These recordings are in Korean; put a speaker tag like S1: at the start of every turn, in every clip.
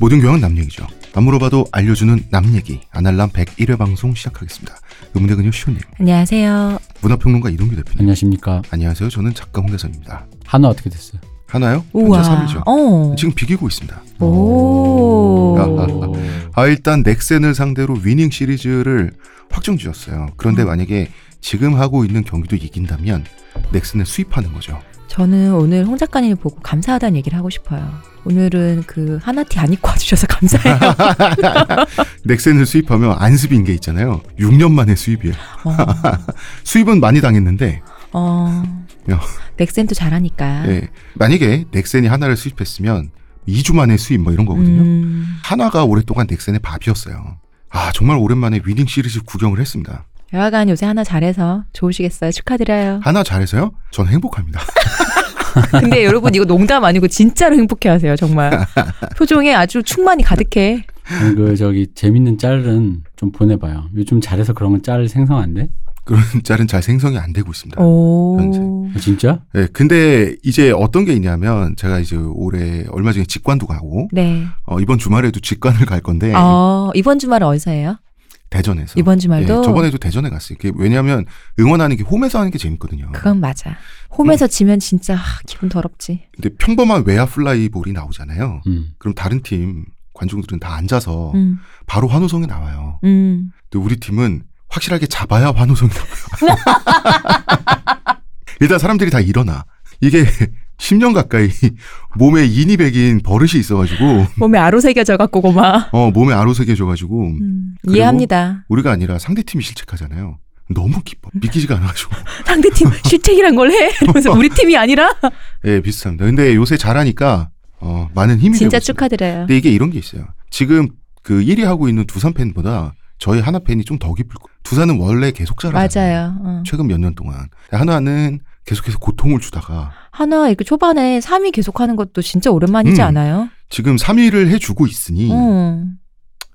S1: 모든 교양은 남 얘기죠. 안 물어봐도 알려주는 남 얘기. 아날람 101회 방송 시작하겠습니다. 그 음대근요 시호님,
S2: 안녕하세요.
S1: 문화평론가 이동규 대표님.
S3: 안녕하십니까.
S1: 안녕하세요. 저는 작가 홍대선입니다.
S3: 한화 어떻게 됐어요?
S1: 하나요?
S2: 우와.
S1: 현재 3위죠.
S2: 어.
S1: 지금 비기고 있습니다.
S2: 오.
S1: 오. 아 일단 넥센을 상대로 위닝 시리즈를 확정 지었어요.
S2: 음.
S1: 그런데 만약에 지금 하고 있는 경기도 이긴다면 넥센을 수입하는 거죠.
S2: 저는 오늘 홍 작가님을 보고 감사하다는 얘기를 하고 싶어요. 오늘은 그 하나티 안 입고 와주셔서 감사해요.
S1: 넥센을 수입하면 안습인 게 있잖아요. 6년 만에 수입이에요. 수입은 많이 당했는데
S2: 어, 어.
S1: 야.
S2: 넥센도 잘하니까.
S1: 예, 만약에 넥센이 하나를 수입했으면 2주 만에 수입 뭐 이런 거거든요.
S2: 음.
S1: 하나가 오랫동안 넥센의 밥이었어요. 아 정말 오랜만에 위닝 시리즈 구경을 했습니다.
S2: 여하간 요새 하나 잘해서 좋으시겠어요. 축하드려요.
S1: 하나 잘해서요? 전 행복합니다.
S2: 근데 여러분 이거 농담 아니고 진짜로 행복해하세요. 정말 표정에 아주 충만이 가득해.
S3: 아니, 그 저기 재밌는 짤은 좀 보내봐요. 요즘 잘해서 그런 건짤 생성 안 돼?
S1: 그런 짤은 잘 생성이 안 되고 있습니다.
S2: 어. 오.
S3: 아, 진짜?
S1: 예, 근데 이제 어떤 게 있냐면 제가 이제 올해 얼마 전에 직관도 가고
S2: 네.
S1: 어, 이번 주말에도 직관을 갈 건데
S2: 어, 이번 주말은 어디서 해요?
S1: 대전에서.
S2: 이번
S1: 예,
S2: 주말도
S1: 저번에도 대전에 갔어요. 이게 왜냐하면 응원하는 게 홈에서 하는 게 재밌거든요.
S2: 그건 맞아.
S1: 어.
S2: 홈에서 지면 진짜 아, 기분 더럽지.
S1: 근데 평범한 외야 플라이볼이 나오잖아요.
S3: 음.
S1: 그럼 다른 팀 관중들은 다 앉아서
S2: 음.
S1: 바로 환호성이 나와요.
S2: 음.
S1: 근데 우리 팀은 확실하게 잡아야 환호성이 나와요. 일단 사람들이 다 일어나. 이게 10년 가까이 몸에 인이 백인 버릇이 있어가지고
S2: 몸에 아로 새겨져 갖고 고마. 음,
S1: 어, 몸에 아로새겨져가지고 음. 그리고-
S2: 이해합니다.
S1: 우리가 아니라 상대팀이 실책하잖아요. 너무 기뻐. 믿기지가 않아가지고.
S2: 상대팀 실책이란 걸 해. 이러면서 우리 팀이 아니라.
S1: 예, 비슷합니다. 근데 요새 잘하니까, 어, 많은 힘이 되고 있습니다.
S2: 진짜 축하드려요.
S1: 근데 이게 이런 게 있어요. 지금 그 1위 하고 있는 두산 팬보다 저희 하나 팬이 좀 더 기쁠 거예요. 두산은 원래 계속 잘하잖아요.
S2: 맞아요. 어.
S1: 최근 몇 년 동안. 하나는 계속해서 고통을 주다가
S2: 하나 이렇게 초반에 3위 계속하는 것도 진짜 오랜만이지
S1: 음.
S2: 않아요?
S1: 지금 3위를 해주고 있으니
S2: 어.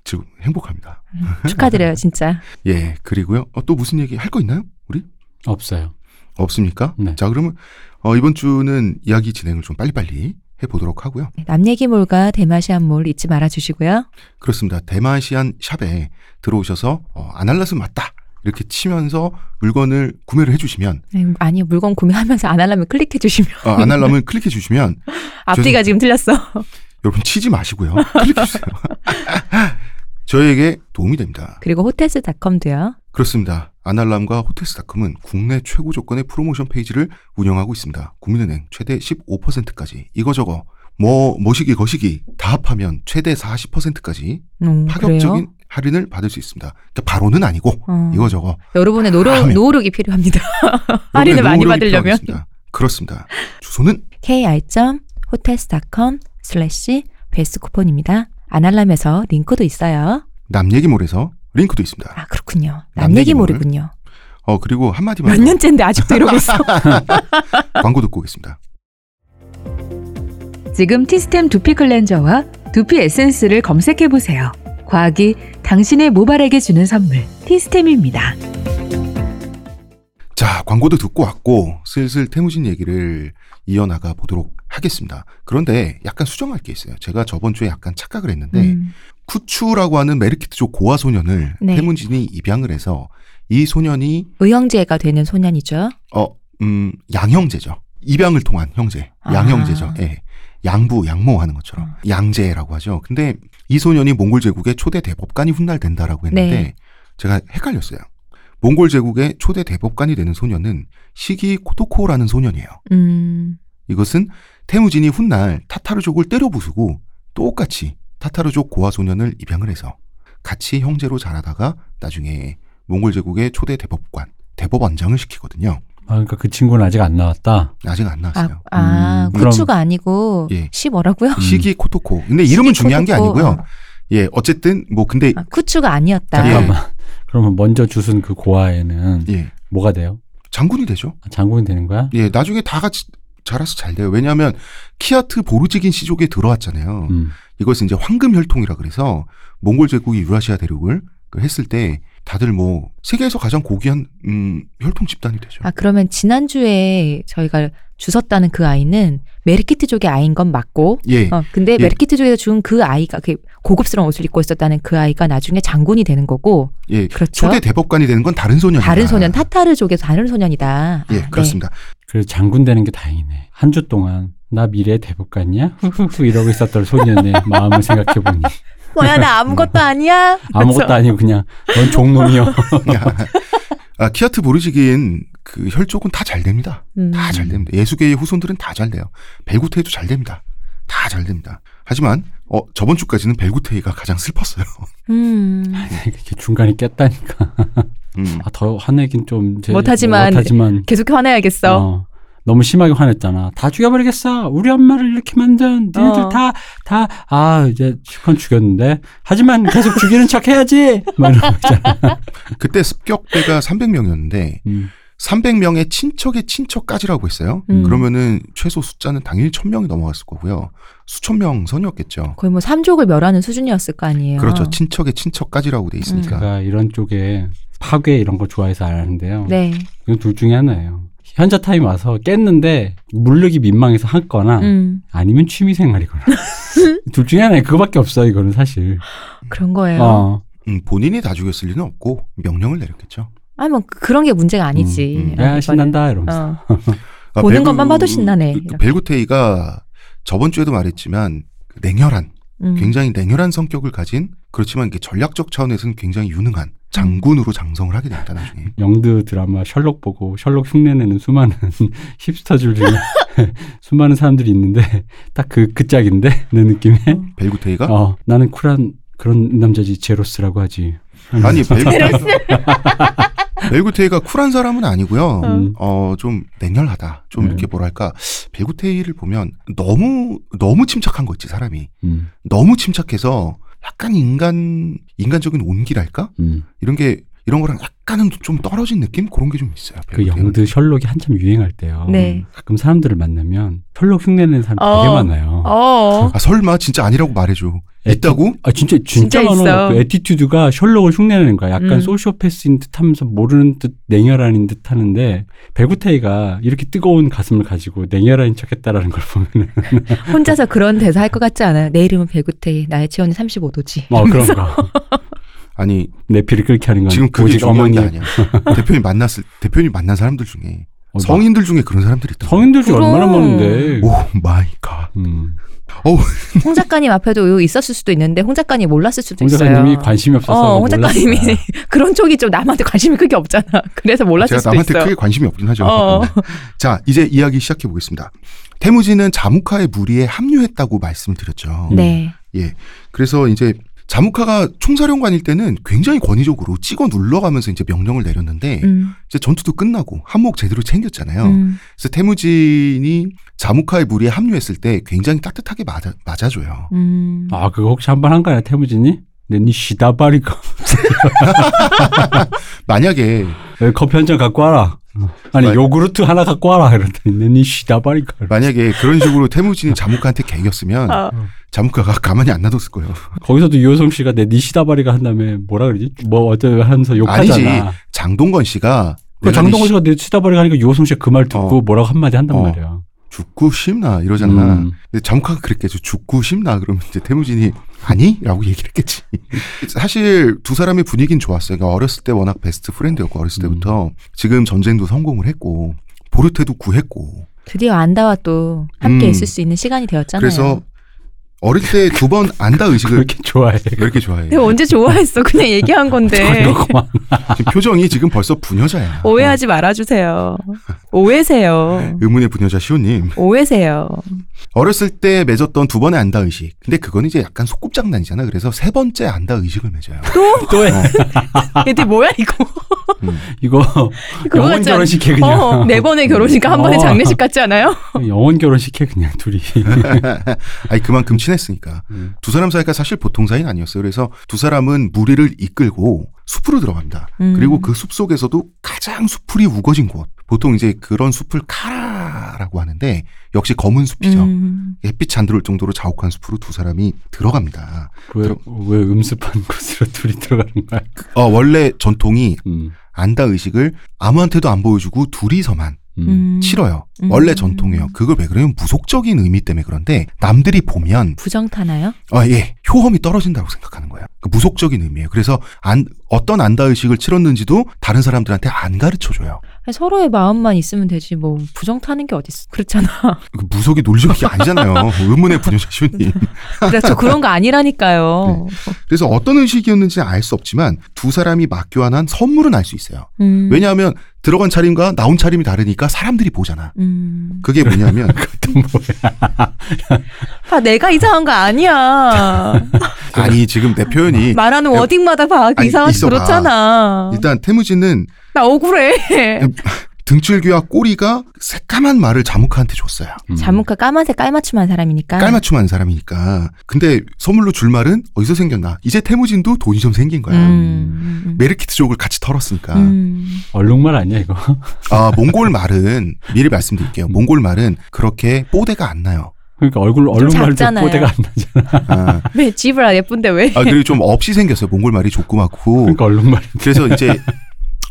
S1: 지금 행복합니다.
S2: 축하드려요, 진짜.
S1: 예, 그리고요. 어, 또 무슨 얘기 할 거 있나요? 우리?
S3: 없어요.
S1: 없습니까?
S3: 네.
S1: 자, 그러면 어, 이번 주는 이야기 진행을 좀 빨리빨리 해보도록 하고요.
S2: 네, 남 얘기 몰과 대마시안 몰 잊지 말아 주시고요.
S1: 그렇습니다. 대마시안 샵에 들어오셔서 어, 아날라스 맞다 이렇게 치면서 물건을 구매를 해주시면
S2: 네, 아니 물건 구매하면서 안 하려면 클릭해 주시면
S1: 어, 아날람을 클릭해 주시면
S2: 앞뒤가 지금 틀렸어.
S1: 여러분 치지 마시고요. 클릭해 주세요. 저희에게 도움이 됩니다.
S2: 그리고 호텔스닷컴도요.
S1: 그렇습니다. 아날람과 호텔스닷컴은 국내 최고 조건의 프로모션 페이지를 운영하고 있습니다. 국민은행 최대 15%까지 이거 저거 뭐 뭐시기 거시기 다 합하면 최대 40%까지
S2: 음,
S1: 파격적인
S2: 그래요?
S1: 할인을 받을 수 있습니다. 그러니까 바로는 아니고
S2: 어.
S1: 이거 저거
S2: 여러분의 노력,
S1: 아멘.
S2: 노력이 필요합니다. 할인을 많이
S1: 노력이
S2: 받으려면
S1: 필요하겠습니다. 그렇습니다. 주소는
S2: ki.hotels.com 슬래시 베스 쿠폰입니다. 아날람에서 링크도 있어요.
S1: 남얘기몰에서 링크도 있습니다.
S2: 아 그렇군요.
S1: 남
S2: 남 얘기
S1: 얘기몰을?
S2: 모르군요.
S1: 어 그리고 한마디만
S2: 몇
S1: 더
S2: 년째인데 아직도 이러고 있어.
S1: 광고 듣고 오겠습니다.
S4: 지금 티스템 두피 클렌저와 두피 에센스를 검색해 보세요. 과학이 당신의 모발에게 주는 선물 티스템입니다.
S1: 자 광고도 듣고 왔고 슬슬 태무진 얘기를 이어나가 보도록 하겠습니다. 그런데 약간 수정할 게 있어요. 제가 저번 주에 약간 착각을 했는데
S4: 네.
S2: 음,
S1: 쿠추라고 하는 메르키트족 고아 소년을
S2: 네.
S1: 태무진이 입양을 해서 이 소년이
S2: 의형제가 되는 소년이죠.
S1: 어, 음, 양형제죠. 입양을 통한 형제.
S2: 아. 음.
S1: 양형제죠. 예. 양부, 양모하는 것처럼. 양제라고 하죠. 근데 이 소년이 몽골 제국의 초대 대법관이 훗날된다라고 했는데
S2: 네.
S1: 제가 헷갈렸어요. 몽골 제국의 초대 대법관이 되는 소년은 시기 코토코라는 소년이에요.
S2: 음,
S1: 이것은 태무진이 훗날 타타르족을 때려 부수고 똑같이 타타르족 고아 소년을 입양을 해서 같이 형제로 자라다가 나중에 몽골 제국의 초대 대법관, 대법원장을 시키거든요.
S3: 아, 그러니까 그 친구는 아직 안 나왔다.
S1: 아직 안
S4: 그렇죠.
S1: 나왔어요.
S2: 아, 아
S3: 음, 그럼-
S2: 구추가 아니고
S1: 예.
S2: 시 뭐라고요?
S3: 음.
S1: 시기 코토코. 근데 이름은
S2: 시기
S1: 중요한 게
S2: 코토코,
S1: 아니고요. 예, 어쨌든 뭐 근데
S2: 아, 구추가
S3: 네.
S2: 아니었다.
S1: 잠깐만.
S3: 그러면 먼저 주순 그 고아에는
S1: 예,
S3: 뭐가 돼요?
S1: 장군이 되죠.
S3: 아, 장군이 되는 거야?
S1: 예, 나중에 다 같이 자라서 잘 돼요. 왜냐하면 키아트 보르지긴 시족에 들어왔잖아요.
S3: 음.
S1: 이것은 이제 황금 혈통이라 그래서 몽골 제국이 유라시아 대륙을 그 했을 때 다들 뭐 세계에서 가장 고귀한 음, 혈통 집단이 되죠.
S2: 아 그러면 지난 주에 아, 저희가 주셨다는 그 아이는 메르키트족의 아이인 건 맞고
S1: 예.
S2: 어, 근데
S1: 예.
S2: 메르키트족에서 준 그 아이가 그 고급스러운 옷을 입고 있었다는 그 아이가 나중에 장군이 되는 거고
S1: 예.
S2: 그렇죠.
S1: 초대 대법관이 되는 건 다른 소년.
S2: 다른 소년 타타르족에서 다른 소년이다.
S1: 예,
S2: 아,
S1: 그렇습니다.
S3: 그래서 장군 되는 게 다행이네. 한 주 동안 나 미래의 대법관이야? 후후후 이러고 있었던 소년의 마음을 생각해 보니
S2: 네. 뭐야 나
S1: 음.
S2: 아무것도 아니야.
S3: 아무것도 아니고 그냥 넌 종놈이여.
S1: 아, 키아트 보르지기인 그 혈족은 다 잘 됩니다.
S2: 음.
S1: 다 잘 됩니다. 예수계의 후손들은 다 잘 돼요. 벨구테이도 잘 됩니다. 다 잘 됩니다. 하지만 어, 저번 주까지는 벨구테이가 가장 슬펐어요.
S2: 음.
S3: 이렇게 중간에 깼다니까.
S1: 음.
S3: 아, 더 화내긴 좀 제-
S2: 못하지만
S3: 못하지만
S2: 계속 화내야겠어.
S3: 어, 너무 심하게 화냈잖아. 다 죽여버리겠어. 우리 엄마를 이렇게 만든 니네들
S2: 어.
S3: 다, 다, 아, 이제 실컷 죽였는데. 하지만 계속 죽이는 척 해야지! 막 이러고 있잖아.
S1: 그때 습격대가 300명이었는데
S3: 음.
S1: 300명의 친척의 친척까지라고 했어요.
S2: 음.
S1: 그러면은 최소 숫자는 당연히 1000명이 넘어갔을 거고요. 수천 명 선이었겠죠.
S2: 거의 뭐 삼족을 멸하는 수준이었을 거 아니에요. 음.
S1: 그렇죠. 친척의 친척까지라고 돼 있으니까.
S3: 제가 이런 쪽에 파괴 이런 거 좋아해서 안 하는데요.
S2: 네.
S3: 이건 둘 중에 하나예요. 현자 타임 와서 깼는데 물르기 민망해서 했거나
S2: 음.
S3: 아니면 취미 생활이거나. 둘 중에 하나예요. 그거밖에 없어요, 이거는 사실.
S2: 음, 그런 거예요.
S3: 어.
S1: 음, 본인이 다 죽였을 리는 없고 명령을 내렸겠죠.
S2: 아니 뭐 그런 게 문제가 아니지.
S1: 음, 음.
S2: 네, 이거는.
S3: 야, 신난다. 이러면서.
S2: 어.
S1: 아, 그
S2: 보는 것만 봐도 신나네. 이렇게.
S1: 벨구테이가 저번 주에도 말했지만 그 냉혈한,
S2: 음.
S1: 굉장히 냉혈한 성격을 가진 그렇지만 이게 전략적 차원에서는 굉장히 유능한 장군으로 장성을 하게 됩니다 나중에.
S3: 영드 드라마 셜록 보고 셜록 흉내내는 수많은 힙스터들 중에 수많은 사람들이 있는데 딱 그 그 짝인데 내 느낌에
S1: 벨구테이가
S3: 어 나는 쿨한 그런 남자지 제로스라고 하지
S1: 아니 벨구테이. 벨구테이가 쿨한 사람은 아니고요.
S3: 음,
S1: 어 좀 냉혈하다. 좀
S3: 네.
S1: 이렇게 뭐랄까 벨구테이를 보면 너무 너무 침착한 거 있지 사람이.
S3: 음,
S1: 너무 침착해서 약간 인간 인간적인 온기랄까
S3: 음.
S1: 이런 게 이런 거랑 약간은 좀 떨어진 느낌 그런 게 좀 있어요.
S3: 그
S1: 벨구테이는.
S3: 영드 셜록이 한참 유행할 때요
S2: 네.
S3: 가끔 사람들을 만나면 셜록 흉내내는 사람 되게
S2: 어.
S3: 많아요
S2: 어.
S1: 아 설마 진짜 아니라고 말해줘.
S3: 에티-
S1: 있다고?
S3: 아 진짜 진짜,
S2: 진짜 있어.
S3: 많아 그 에티튜드가 셜록을 흉내내는 거야 약간
S2: 음.
S3: 소시오패스인 듯하면서 모르는 듯 냉혈한인 듯하는데 베구테이가 이렇게 뜨거운 가슴을 가지고 냉혈한인 척했다라는 걸 보면
S2: 혼자서 그런 대사 할 것 같지 않아요. 내 이름은 배구태. 나의 체온은 35도지.
S3: 뭐 그런 거.
S1: 아니
S3: 내 피를 끓게 하는 건
S1: 지금 그게
S3: 오직
S1: 중요한 게
S3: 어머니의
S1: 아니야. 대표님 만났을 대표님 만난 사람들 중에
S3: 어,
S1: 성인들 중에 그런 사람들이 있다.
S3: 성인들 중
S2: 그럼.
S3: 얼마나 많은데.
S1: 오 마이 갓.
S3: 음.
S2: 홍 작가님 앞에도 이거 있었을 수도 있는데 홍 작가님 몰랐을 수도
S3: 홍
S2: 있어요.
S3: 작가님이 관심이 없어서
S2: 어, 홍 작가님이
S3: 몰랐어요.
S2: 그런 쪽이 좀 남한테 관심이 크게 없잖아. 그래서 몰랐을
S1: 제가
S2: 수도
S1: 남한테
S2: 있어요.
S1: 크게 관심이 없긴 하죠.
S2: 어.
S1: 자 이제 이야기 시작해 보겠습니다. 태무지는 자무카의 무리에 합류했다고 말씀드렸죠.
S2: 네.
S1: 그래서 이제 자무카가 총사령관일 때는 굉장히 권위적으로 찍어 눌러가면서 이제 명령을 내렸는데
S2: 음,
S1: 이제 전투도 끝나고 한몫 제대로 챙겼잖아요.
S2: 음.
S1: 그래서 태무진이 자무카의 무리에 합류했을 때 굉장히 따뜻하게 맞아, 맞아줘요.
S2: 음.
S3: 아 그거 혹시 한 번 한 거야 태무진이? 네, 내니 시다바리가
S1: 만약에
S3: 에, 네, 커피 한 잔 갖고 와라. 어. 아니
S1: 맞-
S3: 요구르트 하나 갖고 와라 이랬더니 네, 내니 시다바리가.
S1: 만약에 그런 식으로 태무진이 자무카한테 개겼으면
S2: 아.
S1: 자무카가 가만히 안 놔뒀을 거예요.
S3: 거기서도 유효성 씨가 네, 내니 시다바리가 한 다음에 뭐라 그러지? 뭐 어쩌고 하면서
S1: 아니지
S3: 욕하잖아. 네,
S1: 장동건 씨가
S3: 그
S1: 내가
S3: 장동건
S1: 네
S3: 씨가 내 시다바리가 하니까 유효성 씨가 그 말 듣고
S1: 어.
S3: 뭐라고 한마디 한단
S1: 어.
S3: 말이야.
S1: 죽고 싶나 이러잖아.
S3: 음.
S1: 근데 자무카가 그랬겠죠. 죽고 싶나 그러면 이제 태무진이 아니라고 얘기를 했겠지. 사실 두 사람의 분위기는 좋았어요. 그러니까 어렸을 때 워낙 베스트 프렌드였고 어렸을
S3: 음.
S1: 때부터 지금 전쟁도 성공을 했고 보르테도 구했고
S2: 드디어 안다와 또 함께
S1: 음.
S2: 있을 수 있는 시간이 되었잖아요. 네.
S1: 그래서 어릴 때 두 번 안다
S3: 왜
S1: 의식을
S3: 이렇게 좋아해?
S1: 왜 이렇게 좋아해?
S2: 내가 네, 언제 좋아했어? 그냥 얘기한 건데.
S3: 그렇구만.
S1: 지금 표정이 지금 벌써 부녀자야.
S2: 오해하지 말아주세요. 오해세요.
S1: 어. 의문의 부녀자 시호님.
S2: 오해세요.
S1: 어렸을 때 맺었던 두 번의 안다 의식. 근데 그건 이제 약간 소꿉장난이잖아. 그래서 세 번째 안다 의식을 맺어요.
S3: 또 해.
S1: 아.
S2: 얘들 뭐야 이거?
S3: 이거
S2: 그거
S3: 영혼
S2: 같지 않-
S3: 결혼식 해 그냥.
S2: 어, 네 번의 결혼식과 한 번의
S3: 어.
S2: 장례식 같지 않아요?
S3: 영혼 결혼식 해 그냥 둘이.
S1: 아니 그만큼 친했으니까.
S3: 음.
S1: 두 사람 사이가 사실 보통 사이는 아니었어요. 그래서 두 사람은 무리를 이끌고 숲으로 들어갑니다.
S2: 음.
S1: 그리고 그 숲 속에서도 가장 수풀이 우거진 곳. 보통 이제 그런 숲을 카라라고 하는데 역시 검은 숲이죠.
S2: 음.
S1: 햇빛 안 들어올 정도로 자욱한 숲으로 두 사람이 들어갑니다.
S3: 왜,
S1: 들어-
S3: 왜 음습한 곳으로 둘이 들어가는 거야?
S1: 어, 원래 전통이
S3: 음.
S1: 안다 의식을 아무한테도 안 보여주고 둘이서만
S3: 음.
S2: 음.
S1: 싫어요.
S2: 음.
S1: 원래 전통이에요. 그걸 왜 그래요? 무속적인 의미 때문에 그런데 남들이 보면
S2: 부정 타나요?
S1: 아 예, 효험이 떨어진다고 생각하는 거예요. 그 무속적인 의미예요. 그래서 안, 어떤 안다 의식을 치렀는지도 다른 사람들한테 안 가르쳐 줘요.
S2: 아니, 서로의 마음만 있으면 되지 뭐 부정 타는 게 어딨어. 그렇잖아.
S1: 그 무속이 논리적이 아니잖아요. 의문의 부녀자 슈님.
S2: 그래서 저 그런 거 아니라니까요.
S1: 그래서 어떤 의식이었는지 알 수 없지만 두 사람이 맞교환 한 선물은 알 수 있어요.
S2: 음.
S1: 왜냐하면 들어간 차림과 나온 차림이 다르니까 사람들이 보잖아.
S2: 음.
S1: 그게 뭐냐면
S3: 그것도 뭐야.
S2: 봐, 내가 이상한 거 아니야.
S1: 아니 지금 내 표현이
S2: 말하는
S1: 야,
S2: 워딩마다 봐.
S1: 아니,
S2: 이상하지
S1: 있어봐. 음.
S2: 그렇잖아.
S1: 일단 태무진은
S2: 나 억울해.
S1: 등줄기와 꼬리가 새까만 말을 자무카한테 줬어요.
S3: 음.
S2: 자무카 까만색 깔맞춤한 사람이니까.
S1: 깔맞춤한 사람이니까. 근데 선물로 줄 말은 어디서 생겼나? 이제 태무진도 돈이 좀 생긴
S2: 음.
S1: 거야.
S2: 음.
S1: 메르키트족을 같이 털었으니까.
S2: 음.
S3: 얼룩말 아니야 이거?
S1: 아 몽골 말은 미리 말씀드릴게요. 몽골 말은 그렇게 뽀대가 안 나요.
S3: 그러니까 얼굴 얼룩말도
S2: 작잖아요.
S3: 뽀대가 안 나잖아.
S1: 아,
S2: 왜 집을 예쁜데 왜?
S1: 아, 그리고 좀 없이 생겼어요. 몽골 말이 조그맣고.
S3: 그러니까 얼룩말.
S1: 그래서 이제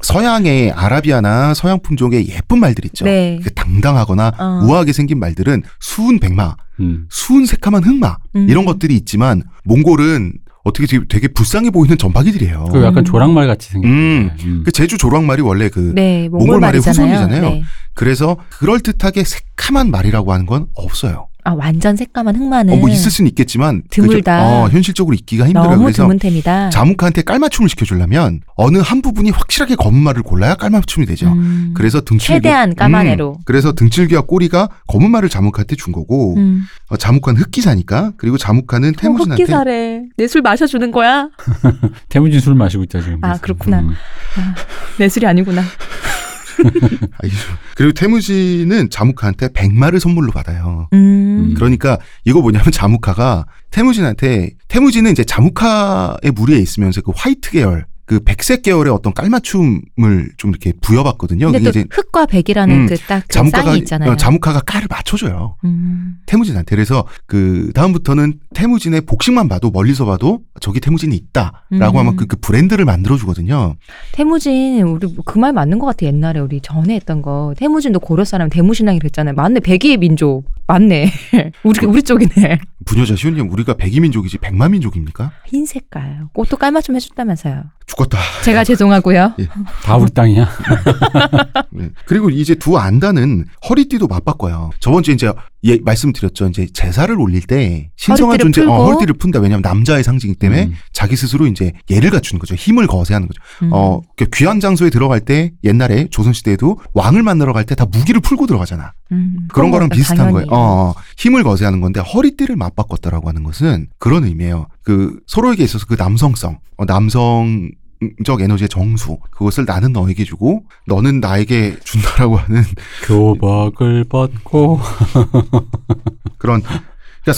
S1: 서양의 아라비아나 서양 품종의 예쁜 말들 있죠.
S2: 네.
S1: 그 당당하거나
S2: 어.
S1: 우아하게 생긴 말들은 수은 백마,
S3: 음.
S1: 수은 새카만 흑마
S2: 음.
S1: 이런 것들이 있지만 몽골은 어떻게 되게, 되게 불쌍해 보이는 전파기들이에요.
S3: 그 약간
S2: 음.
S3: 조랑말 같이 생겼.
S1: 음.
S3: 음.
S1: 그 제주 조랑말이 원래 그
S2: 네,
S1: 몽골 말의
S2: 말이잖아요.
S1: 후손이잖아요.
S2: 네.
S1: 그래서 그럴 듯하게 새카만 말이라고 하는 건 없어요.
S2: 아 완전 새까만 흑마는
S1: 어, 뭐 있을 수는 있겠지만 그저-
S2: 네. 드물다.
S1: 어, 현실적으로 있기가 힘들어요.
S2: 너무
S1: 그래서
S2: 드문 템이다.
S1: 자무카한테 깔맞춤을 시켜주려면 어느 한 부분이 확실하게 검은 말을 골라야 깔맞춤이 되죠.
S2: 음.
S1: 그래서 등칠기
S2: 최대한 까만 애로.
S1: 그래서 등칠기와 꼬리가 검은 말을 자무카한테 준 거고
S2: 음. 어,
S1: 어, 자무카는 흑기사니까 그리고 자무카는 태무진한테
S2: 흑기사래. 내 술 마셔주는 거야?
S3: 태무진 술 마시고 있다 지금. 음.
S2: 아,
S3: 그래서.
S2: 그렇구나. 내 술이 아니구나.
S1: 아이고. 그리고 태무진은 자무카한테 백마를 선물로 받아요.
S2: 음.
S1: 그러니까 이거 뭐냐면 자무카가 태무진한테 태무진은 이제 자무카의 무리에 있으면서 그 화이트 계열 그 백색 계열의 어떤 깔맞춤을 좀 이렇게 부여받거든요.
S2: 음. 근데
S1: 그게
S2: 또
S1: 이제
S2: 흑과 백이라는
S1: 음,
S2: 그딱그
S1: 자무카가
S2: 쌍이 있잖아요.
S1: 어, 자무카가 깔을 맞춰줘요.
S2: 음.
S1: 태무진한테 그래서 그 다음부터는 태무진의 복식만 봐도 멀리서 봐도 저기 태무진이 있다라고
S2: 음.
S1: 하면 그, 그 브랜드를 만들어 주거든요.
S2: 태무진 우리 그 말 맞는 것 같아 옛날에 우리 전에 했던 거 태무진도 고려 사람 대무신앙이 그랬잖아요. 맞네 백의 민족 맞네 우리 우리 쪽이네
S1: 부녀자 시온님 우리가 백이민족이지 백만민족입니까?
S2: 흰 색깔 꽃도 깔맞춤 해줬다면서요.
S1: 죽었다.
S2: 제가 죄송하고요.
S3: 다 우리 땅이야.
S1: 음. 네. 그리고 이제 두 안다는 허리띠도 맞바꿔요. 저번 주에 이제 예, 말씀드렸죠. 이제 제사를 올릴 때 신성한
S2: 허리띠를
S1: 존재 어,
S2: 풀고.
S1: 허리띠를 푼다. 왜냐하면 남자의 상징이기 때문에
S3: 음.
S1: 자기 스스로 이제 예를 갖추는 거죠. 힘을 거세하는 거죠.
S2: 음.
S1: 어, 그 귀한 장소에 들어갈 때 옛날에 조선시대에도 왕을 만나러 갈 때 다 무기를 풀고 들어가잖아.
S2: 음,
S1: 그런 거랑
S2: 것도
S1: 비슷한
S2: 당연히.
S1: 거예요. 어, 어. 힘을 거세하는 건데 허리띠를 맞바꿨다라고 하는 것은 그런 의미예요. 그 서로에게 있어서 그 남성성, 어, 남성적 에너지의 정수 그것을 나는 너에게 주고 너는 나에게 준다라고 하는
S3: 교복을 벗고
S1: 그런 그러니까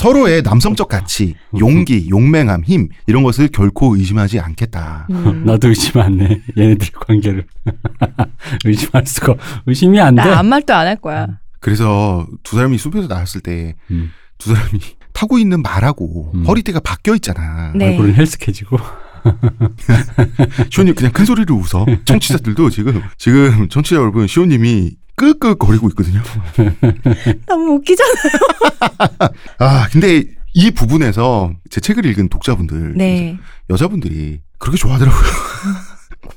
S1: 서로의 남성적 가치,
S3: 음.
S1: 용기, 용맹함, 힘 이런 것을 결코 의심하지 않겠다.
S2: 음.
S3: 나도 의심 안 해. 얘네들 관계를 의심할 수가 의심이 안 돼.
S2: 나 아무 말도 안 할
S1: 음.
S2: 거야.
S1: 그래서 두 사람이 숲에서 나왔을 때 두
S3: 음.
S1: 사람이 타고 있는 말하고
S3: 음.
S1: 허리띠가 바뀌어 있잖아.
S2: 네.
S3: 얼굴은 헬스케지고
S1: 시온님 그냥 큰 소리로 웃어. 청취자들도 지금 지금 청취자 여러분 시온님이 끄끄거리고 있거든요.
S2: 너무 웃기잖아.
S1: 아 근데 이 부분에서 제 책을 읽은 독자분들 중에서
S2: 네.
S1: 여자분들이 그렇게 좋아하더라고요.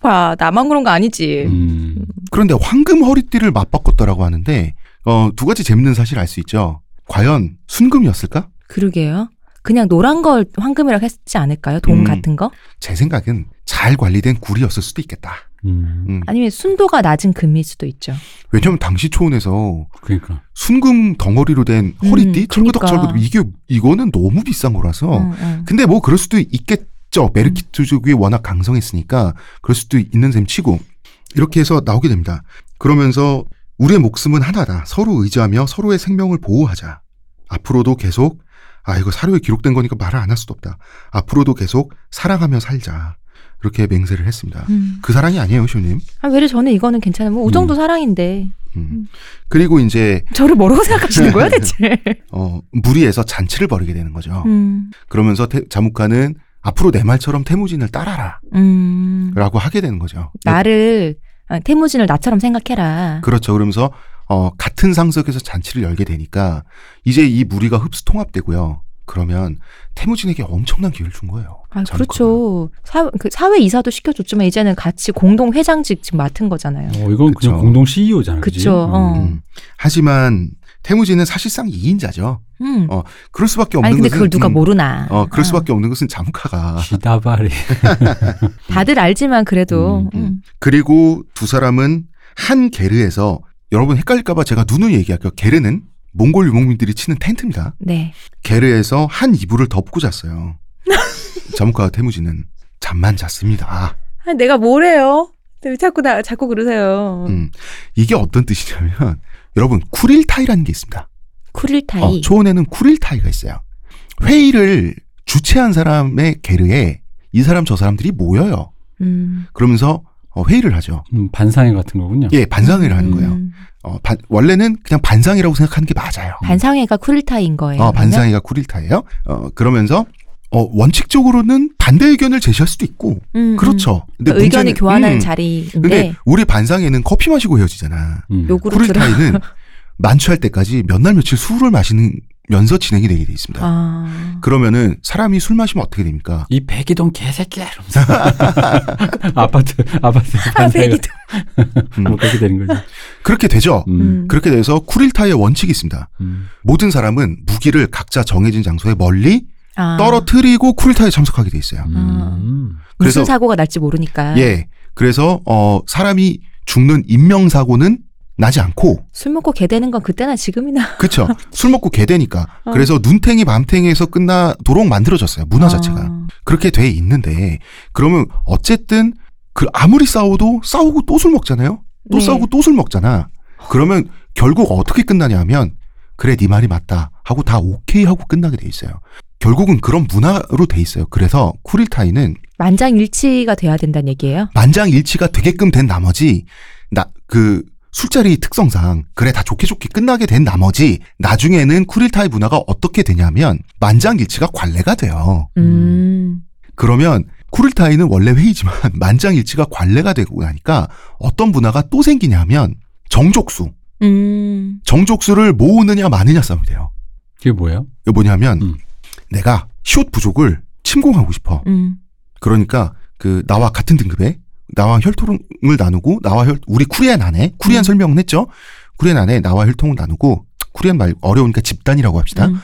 S2: 봐 나만 그런 거 아니지.
S3: 음.
S1: 그런데 황금 허리띠를 맞바꿨다라고 하는데 어, 두 가지 재밌는 사실 알 수 있죠. 과연 순금이었을까?
S2: 그러게요. 그냥 노란 걸 황금이라고 했지 않을까요? 돈
S1: 음.
S2: 같은 거?
S1: 제 생각은 잘 관리된 굴이었을 수도 있겠다.
S3: 음.
S1: 음.
S2: 아니면 순도가 낮은 금일 수도 있죠.
S1: 왜냐면 당시 초원에서
S3: 그러니까
S1: 순금 덩어리로 된
S2: 음,
S1: 허리띠
S2: 그러니까.
S1: 철거덕철거 이게 이거는 너무 비싼 거라서
S2: 응, 응.
S1: 근데 뭐 그럴 수도 있겠죠.
S2: 음.
S1: 메르키트족이 워낙 강성했으니까 그럴 수도 있는 셈 치고 이렇게 해서 나오게 됩니다. 그러면서 우리의 목숨은 하나다. 서로 의지하며 서로의 생명을 보호하자. 앞으로도 계속 아 이거 사료에 기록된 거니까 말을 안 할 수도 없다. 앞으로도 계속 사랑하며 살자. 이렇게 맹세를 했습니다.
S2: 음.
S1: 그 사랑이 아니에요, 시호님.
S2: 아, 왜래 저는 이거는 괜찮아요. 뭐이 정도 사랑인데
S1: 음. 그리고 이제
S2: 저를 뭐라고
S1: 네.
S2: 생각하시는 거야 대체?
S1: 어, 무리해서 잔치를 벌이게 되는 거죠.
S2: 음,
S1: 그러면서 태- 자무카는 앞으로 내 말처럼 태무진을 따라라라고
S2: 음.
S1: 그 하게 되는 거죠.
S2: 나를 아, 태무진을 나처럼 생각해라.
S1: 그렇죠. 그러면서 어, 같은 상석에서 잔치를 열게 되니까 이제 이 무리가 흡수 통합되고요. 그러면 태무진에게 엄청난 기회를 준 거예요.
S2: 아,
S1: 잠깐만.
S2: 그렇죠. 사, 그 사회 이사도 시켜줬지만 이제는 같이 공동 회장직 지금 맡은 거잖아요.
S3: 어, 이건
S1: 그쵸.
S3: 그냥 공동 CEO잖아요.
S2: 그쵸, 어.
S1: 음. 하지만 태무진은 사실상 2인자죠.
S2: 음.
S1: 어, 그럴 수밖에 없는
S2: 아니 근데
S1: 것은
S2: 그걸 누가 아.
S1: 음,
S2: 모르나.
S1: 어, 그럴 수밖에 없는 것은 자무카가
S3: 지다발이.
S2: 다들 알지만 그래도
S3: 음,
S1: 음. 그리고 두 사람은 한 게르에서 여러분 헷갈릴까봐 제가 누누이 얘기할게요. 게르는 몽골 유목민들이 치는 텐트입니다.
S2: 네.
S1: 게르에서 한 이불을 덮고 잤어요. 자무카와 태무진은 잠만 잤습니다.
S2: 아, 내가 뭐래요? 왜 자꾸 나 자꾸 그러세요.
S1: 음, 이게 어떤 뜻이냐면 여러분 쿠릴타이라는 게 있습니다.
S2: 쿠릴타이.
S1: 어, 초원에는 쿠릴타이가 있어요. 회의를 주최한 사람의 게르에 이 사람 저 사람들이 모여요.
S2: 음.
S1: 그러면서 어, 회의를 하죠.
S3: 음, 반상회 같은 거군요.
S1: 예, 반상회를 하는
S2: 음.
S1: 거예요. 어, 반- 원래는 그냥 반상이라고 생각하는 게 맞아요.
S2: 반상회가 쿠릴타인 거예요.
S1: 어,
S2: 그러면?
S1: 반상회가 쿠릴타예요. 어, 그러면서 어, 원칙적으로는 반대 의견을 제시할 수도 있고
S2: 음, 음.
S1: 그렇죠. 근데
S2: 그러니까 의견을
S1: 문제는-
S2: 교환하는
S1: 음,
S2: 자리인데
S1: 근데 우리 반상회는 커피 마시고 헤어지잖아.
S3: 음.
S2: 요구를 들어.
S1: 쿠릴타이는 만취할 때까지 몇 날 며칠 술을 마시면서 진행이 되게 돼 있습니다.
S2: 아.
S1: 그러면은 사람이 술 마시면 어떻게 됩니까?
S3: 이 백이동 개새끼야 이러면서 아파트 아파트
S2: 아,
S3: 반상회가
S2: 백이도.
S3: 뭐 그렇게 되는 거죠.
S1: 그렇게 되죠.
S3: 음.
S1: 그렇게 돼서 쿠릴타의 원칙이 있습니다.
S3: 음.
S1: 모든 사람은 무기를 각자 정해진 장소에 멀리
S2: 아.
S1: 떨어뜨리고 쿠릴타에 참석하게 돼 있어요.
S3: 음.
S2: 무슨
S1: 그래서-
S2: 사고가 날지 모르니까.
S1: 예. 그래서 어 사람이 죽는 인명 사고는 나지 않고
S2: 술 먹고 개 되는 건 그때나 지금이나.
S1: 그쵸 술 먹고 개 되니까
S2: 어.
S1: 그래서 눈탱이 밤탱이에서 끝나도록 만들어졌어요 문화 자체가
S2: 아.
S1: 그렇게 돼 있는데 그러면 어쨌든 그 아무리 싸워도 싸우고 또 술 먹잖아요 또
S2: 네.
S1: 싸우고 또 술 먹잖아 그러면 결국 어떻게 끝나냐면 그래 네 말이 맞다 하고 다 오케이 하고 끝나게 돼 있어요 결국은 그런 문화로 돼 있어요 그래서 쿠릴타이는
S2: 만장일치가 돼야 된다는 얘기예요.
S1: 만장일치가 되게끔 된 나머지 나 그 술자리 특성상 그래 다 좋게 좋게 끝나게 된 나머지 나중에는 쿠릴타이 문화가 어떻게 되냐면 만장일치가 관례가 돼요.
S2: 음.
S1: 그러면 쿠릴타이는 원래 회의지만 만장일치가 관례가 되고 나니까 어떤 문화가 또 생기냐면 정족수.
S2: 음.
S1: 정족수를 모으느냐 마느냐 싸움이 돼요.
S3: 그게 뭐예요?
S1: 이게 뭐냐면
S3: 음.
S1: 내가 시옷 부족을 침공하고 싶어.
S2: 음.
S1: 그러니까 그 나와 같은 등급에 나와 혈통을 나누고 나와 혈 우리 쿠리안 안에 쿠리안
S2: 음.
S1: 설명은 했죠. 쿠리안 안에 나와 혈통을 나누고 쿠리안 말 어려우니까 집단이라고 합시다.
S2: 음.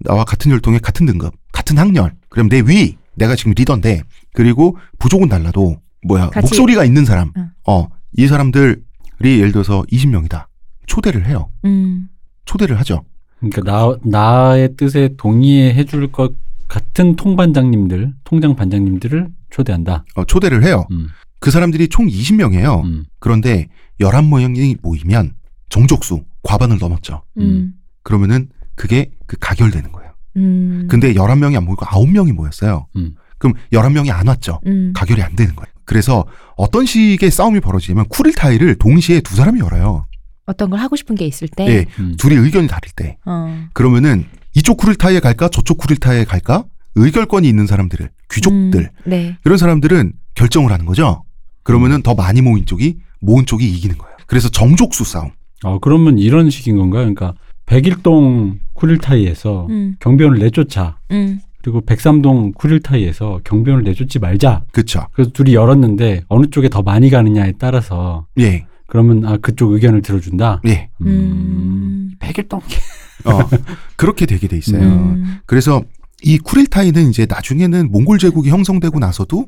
S1: 나와 같은 혈통에 같은 등급, 같은 학년. 그럼 내 위, 내가 지금 리더인데 그리고 부족은 달라도 뭐야
S2: 같이-
S1: 목소리가 있는 사람,
S2: 응.
S1: 어이 사람들이 예를 들어서 20명이다. 초대를 해요.
S2: 음.
S1: 초대를 하죠.
S3: 그러니까 나 나의 뜻에 동의해 줄 것 같은 통반장님들, 통장 반장님들을 초대한다.
S1: 어, 초대를 해요.
S3: 음.
S1: 그 사람들이 총
S2: 어.
S1: 20명이에요.
S3: 음.
S1: 그런데 11명이 모이면 정족수 과반을 넘었죠.
S2: 음.
S1: 그러면은 그게 그 가결되는 거예요.
S2: 음.
S1: 근데 11명이 안 모이고 9명이 모였어요.
S3: 음.
S1: 그럼 11명이 안 왔죠.
S2: 음.
S1: 가결이 안 되는 거예요. 그래서 어떤 식의 싸움이 벌어지냐면 쿠릴타이를 동시에 두 사람이 열어요.
S2: 어떤 걸 하고 싶은 게 있을 때.
S1: 예.
S3: 음.
S1: 둘이 의견이 다를 때.
S2: 어.
S1: 그러면은 이쪽 쿠릴타이에 갈까 저쪽 쿠릴타이에 갈까 의결권이 있는 사람들을 귀족들
S2: 음. 네.
S1: 이런 사람들은 결정을 하는 거죠. 그러면은 더 많이 모인 쪽이 모은 쪽이 이기는 거예요. 그래서 정족수 싸움.
S3: 아 그러면 이런 식인 건가요? 그러니까 백일동
S1: 어.
S3: 쿠릴타이에서
S2: 음.
S3: 경변을 내쫓아.
S2: 음.
S3: 그리고 백삼동 쿠릴타이에서 경변을 내쫓지 말자.
S1: 그렇죠.
S3: 그래서 둘이 열었는데 어느 쪽에 더 많이 가느냐에 따라서
S1: 예. 그러면
S3: 아 그쪽 의견을 들어준다. 음.
S1: 예.
S2: 음.
S3: 백일동
S1: 어. 그렇게 되게 돼 있어요.
S2: 음.
S1: 그래서 이 쿠릴타이는 이제 나중에는 몽골 제국이 형성되고 나서도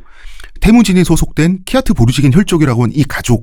S1: 태무진이 소속된 키아트 보르지겐 혈족이라고 하는 이 가족에서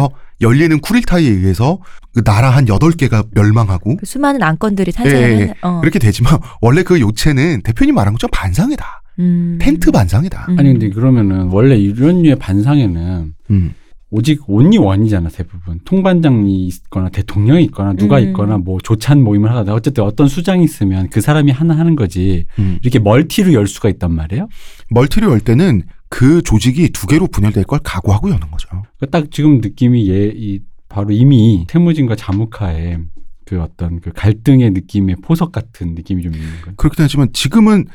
S2: 네.
S1: 열리는 쿠릴타이에 의해서 그 나라 한 8개가 멸망하고
S2: 그 수많은 안건들이 탄생을
S1: 예, 예.
S2: 하는- 어.
S1: 그렇게 되지만 원래 그 요체는 대표님 말한 것처럼 반상이다.
S2: 음.
S1: 텐트 반상이다.
S2: 음.
S3: 아니 근데 그러면은 원래 이런 류의 반상에는
S1: 음.
S3: 오직 온리 원이잖아 대부분 통반장이 있거나 대통령이 있거나 누가
S2: 음.
S3: 있거나 뭐 조찬 모임을 하거나 어쨌든 어떤 수장이 있으면 그 사람이 하나 하는 거지
S1: 음.
S3: 이렇게 멀티로 열 수가 있단 말이에요.
S1: 멀티를 열 때는 그 조직이 두 개로 분열될 걸 각오하고 여는 거죠.
S3: 그러니까 딱 지금 느낌이 얘 이 바로 이미 태무진과 자무카의 그 어떤 그 갈등의 느낌의 포석 같은 느낌이 좀 있는 거예요.
S1: 그렇긴 하지만 지금은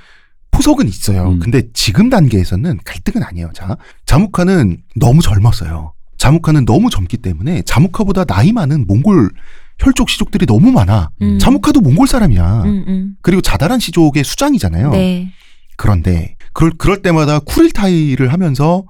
S1: 포석은 있어요.
S3: 음.
S1: 근데 지금 단계에서는 갈등은 아니에요. 자, 자무카는 너무 젊었어요. 자무카는 너무 젊기 때문에 자무카보다 나이 많은 몽골 혈족 시족들이 너무 많아.
S2: 음.
S1: 자무카도 몽골 사람이야.
S2: 음, 음.
S1: 그리고 자다란 시족의 수장이잖아요.
S2: 네.
S1: 그런데 그럴 그럴 때마다 쿠릴타이를 하면서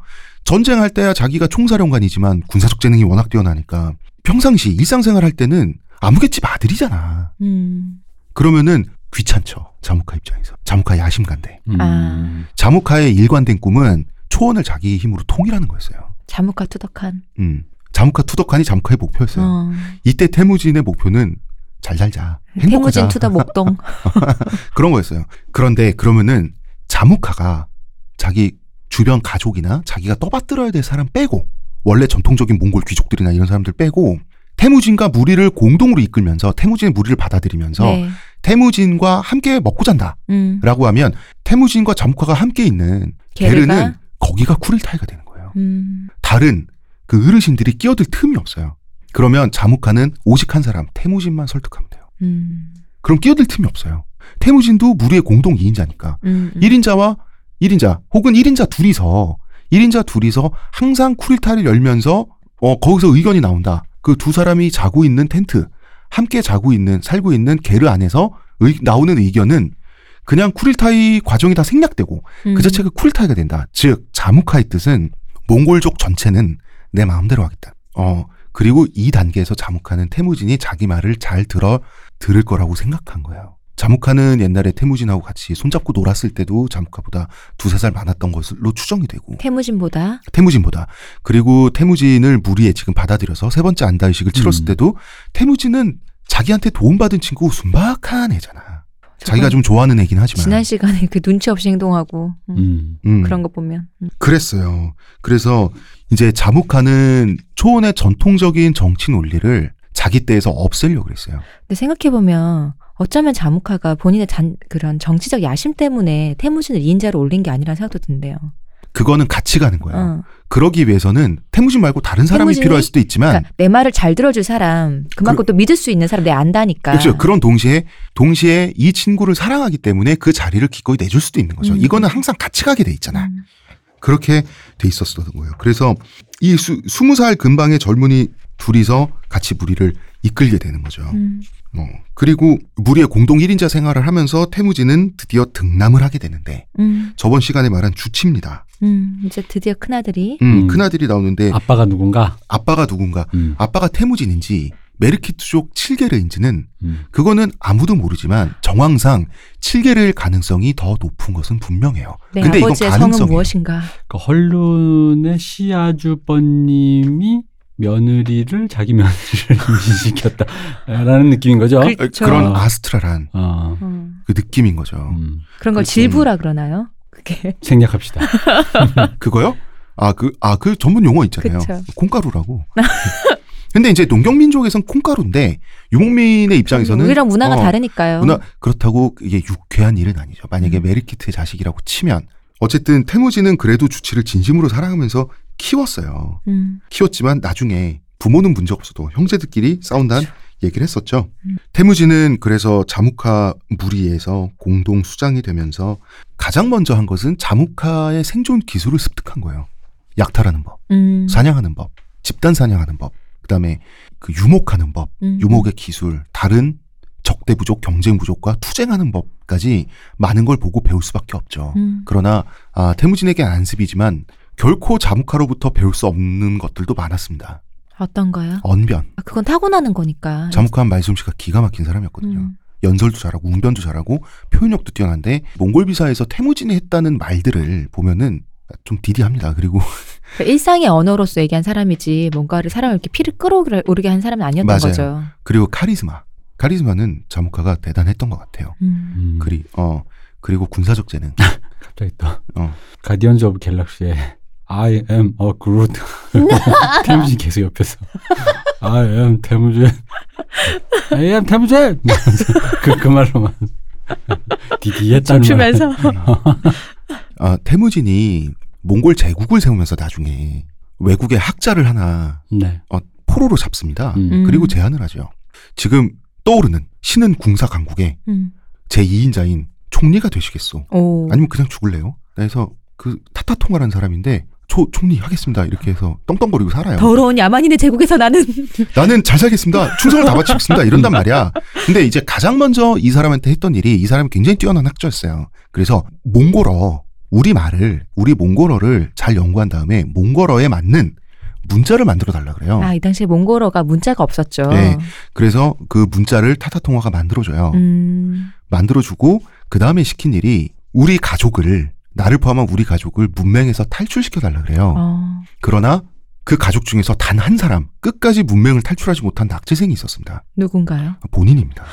S1: 전쟁할 때야 자기가 총사령관이지만 군사적 재능이 워낙 뛰어나니까 평상시 일상생활 할 때는 아무개집 아들이잖아.
S2: 음.
S1: 그러면은 귀찮죠. 자무카 입장에서. 자무카 야심가인데.
S3: 음.
S2: 아.
S1: 자무카의 일관된 꿈은 초원을 자기 힘으로 통일하는 거였어요.
S2: 자무카 투덕한.
S1: 음. 자무카 투덕하니 자무카의 목표였어요.
S2: 어.
S1: 이때 태무진의 목표는 잘 살자. 행복하자.
S2: 태무진 투덕 목동.
S1: 그런 거였어요. 그런데 그러면은 자무카가 자기 주변 가족이나 자기가 떠받들어야 될 사람 빼고 원래 전통적인 몽골 귀족들이나 이런 사람들 빼고 태무진과 무리를 공동으로 이끌면서 태무진의 무리를 받아들이면서
S2: 네.
S1: 태무진과 함께 먹고 잔다라고
S2: 음.
S1: 하면 태무진과 자무카가 함께 있는
S2: 게르가?
S1: 게르는 거기가 쿠릴타이가 되는 거예요.
S2: 음.
S1: 다른 그 어르신들이 끼어들 틈이 없어요. 그러면 자무카는 오직한 사람 태무진만 설득하면 돼요.
S2: 음.
S1: 그럼 끼어들 틈이 없어요. 태무진도 무리의 공동 2인자니까
S2: 음. 음.
S1: 1인자와 1인자 혹은 1인자 둘이서 1인자 둘이서 항상 쿠릴타를 열면서 어 거기서 의견이 나온다. 그 두 사람이 자고 있는 텐트 함께 자고 있는 살고 있는 게르 안에서 의- 나오는 의견은 그냥 쿠릴타이 과정이 다 생략되고
S2: 음.
S1: 그 자체가 쿠릴타이가 된다. 즉 자무카의 뜻은 몽골족 전체는 내 마음대로 하겠다. 어 그리고 이 단계에서 자무카는 태무진이 자기 말을 잘 들어 들을 거라고 생각한 거예요. 자무카는 옛날에 태무진하고 같이 손잡고 놀았을 때도 자무카보다 두세 살 많았던 것으로 추정이 되고
S2: 태무진보다.
S1: 태무진보다 그리고 태무진을 무리에 지금 받아들여서 세 번째 안다의식을 치렀을
S3: 음.
S1: 때도 태무진은 자기한테 도움받은 친구 순박한 애잖아. 자기가
S2: 저건
S1: 좀 좋아하는 애긴 하지만
S2: 지난 시간에 그 눈치 없이 행동하고 음.
S3: 음.
S1: 음.
S2: 그런 거 보면. 음.
S1: 그랬어요. 그래서 이제 자무카는 초원의 전통적인 정치 논리를 자기 때에서 없애려고 그랬어요.
S2: 근데 생각해 보면 어쩌면 자무카가 본인의 잔, 그런 정치적 야심 때문에 태무진을 2인자로 올린 게 아니라는 생각도 든대요.
S1: 그거는 같이 가는 거예요.
S2: 어.
S1: 그러기 위해서는 태무진 말고 다른 사람이
S2: 태무진이-
S1: 필요할 수도 있지만
S2: 그러니까 내 말을 잘 들어줄 사람, 그만큼 또 믿을 수 있는 사람 내가 안다니까.
S1: 그렇죠. 그런 동시에 동시에 이 친구를 사랑하기 때문에 그 자리를 기꺼이 내줄 수도 있는 거죠.
S2: 음.
S1: 이거는 항상 같이 가게 돼 있잖아.
S2: 음.
S1: 그렇게 돼 있었던 거예요. 그래서 이 수, 20살 근방의 젊은이 둘이서 같이 무리를 이끌게 되는 거죠.
S2: 음.
S1: 어, 그리고 무리의 공동 1인자 생활을 하면서 태무진은 드디어 등남을 하게 되는데
S2: 음.
S1: 저번 시간에 말한 주치입니다.
S2: 음. 이제 드디어 큰아들이.
S1: 음,
S3: 음.
S1: 큰아들이 나오는데
S3: 아빠가 누군가?
S1: 아빠가 누군가
S3: 음.
S1: 아빠가 태무진인지 메르키트족 칠게르인지는
S3: 음.
S1: 그거는 아무도 모르지만 정황상 칠게르일 가능성이 더 높은 것은 분명해요.
S2: 내
S1: 근데 이건
S2: 아버지의 성은
S1: 가능성이에요.
S2: 무엇인가?
S3: 그 헐룬의 시아주버님이 며느리를 자기 며느리를 임신시켰다라는 느낌인 거죠.
S2: 그-
S1: 에,
S2: 그쵸.
S1: 어, 그런 아스트랄한
S3: 어,
S2: 어.
S1: 그 느낌인 거죠.
S3: 음,
S2: 그런 걸
S1: 그렇죠.
S2: 질부라 그러나요? 그게
S3: 생략합시다.
S1: 그거요? 아 그 아 그 전문 용어 있잖아요.
S2: 그쵸.
S1: 콩가루라고. 근데 이제 농경민족에선 콩가루인데 유목민의 입장에서는
S2: 우리랑 문화가
S1: 어,
S2: 다르니까요.
S1: 문화 그렇다고 이게 유쾌한 일은 아니죠. 만약에
S2: 음.
S1: 메리키트의 자식이라고 치면 어쨌든 태무진은 그래도 주치를 진심으로 사랑하면서 키웠어요.
S2: 음.
S1: 키웠지만 나중에 부모는 문제 없어도 형제들끼리 싸운다는 얘기를 했었죠.
S2: 그렇죠. 음.
S1: 태무진은 그래서 자무카 무리에서 공동 수장이 되면서 가장 먼저 한 것은 자무카의 생존 기술을 습득한 거예요. 약탈하는 법,
S2: 음.
S1: 사냥하는 법, 집단 사냥하는 법, 그다음에 그 유목하는 법,
S2: 음.
S1: 유목의 기술, 다른 적대 부족, 경쟁 부족과 투쟁하는 법까지 많은 걸 보고 배울 수밖에 없죠.
S2: 음.
S1: 그러나 아, 태무진에게 안습이지만 결코 자무카로부터 배울 수 없는 것들도 많았습니다.
S2: 어떤 거요?
S1: 언변.
S2: 아, 그건 타고나는 거니까.
S1: 자무카는 말솜씨가 기가 막힌 사람이었거든요.
S2: 아, 음.
S1: 연설도 잘하고 웅변도 잘하고 표현력도 뛰어난데 몽골 비사에서 태무진이 했다는 말들을 보면은 좀 디디합니다. 그리고
S2: 그러니까 일상의 언어로서 얘기한 사람이지 뭔가를 사람을 이렇게 피를 끌어오르게 한 사람은 아니었던
S1: 맞아요.
S2: 거죠.
S1: 그리고 카리스마. 카리스마는 자무카가 대단했던 것 같아요.
S2: 음.
S3: 음,
S1: 그리 어 그리고 군사적 재능.
S3: 갑자기 또
S1: 어.
S3: 가디언즈 오브 갤럭시의 I am a Groot 태무진 계속 옆에서 I am 태무진 I am 태무진 그, 그 말로만 디디했다는 말
S2: 춤추면서
S1: 아, 태무진이 몽골 제국을 세우면서 나중에 외국의 학자를 하나
S3: 네.
S1: 어, 포로로 잡습니다.
S3: 음.
S1: 그리고 제안을 하죠. 지금 떠오르는 신은 궁사 강국의
S2: 음.
S1: 제2인자인 총리가 되시겠소.
S2: 오.
S1: 아니면 그냥 죽을래요? 그래서 그 타타 통화라는 사람인데 소 총리 하겠습니다. 이렇게 해서 떵떵거리고 살아요.
S2: 더러운 야만인의 제국에서 나는
S1: 나는 잘 살겠습니다. 충성을 다 바치겠습니다. 이런단 말이야. 근데 이제 가장 먼저 이 사람한테 했던 일이 이 사람이 굉장히 뛰어난 학자였어요. 그래서 몽골어, 우리 말을, 우리 몽골어를 잘 연구한 다음에 몽골어에 맞는 문자를 만들어 달라 그래요.
S2: 아 이 당시에 몽골어가 문자가 없었죠.
S1: 네. 그래서 그 문자를 타타통화가 만들어줘요.
S2: 음,
S1: 만들어주고 그 다음에 시킨 일이 우리 가족을 나를 포함한 우리 가족을 문맹에서 탈출시켜 달라 그래요.
S2: 어,
S1: 그러나 그 가족 중에서 단 한 사람 끝까지 문맹을 탈출하지 못한 낙제생이 있었습니다.
S2: 누군가요?
S1: 본인입니다.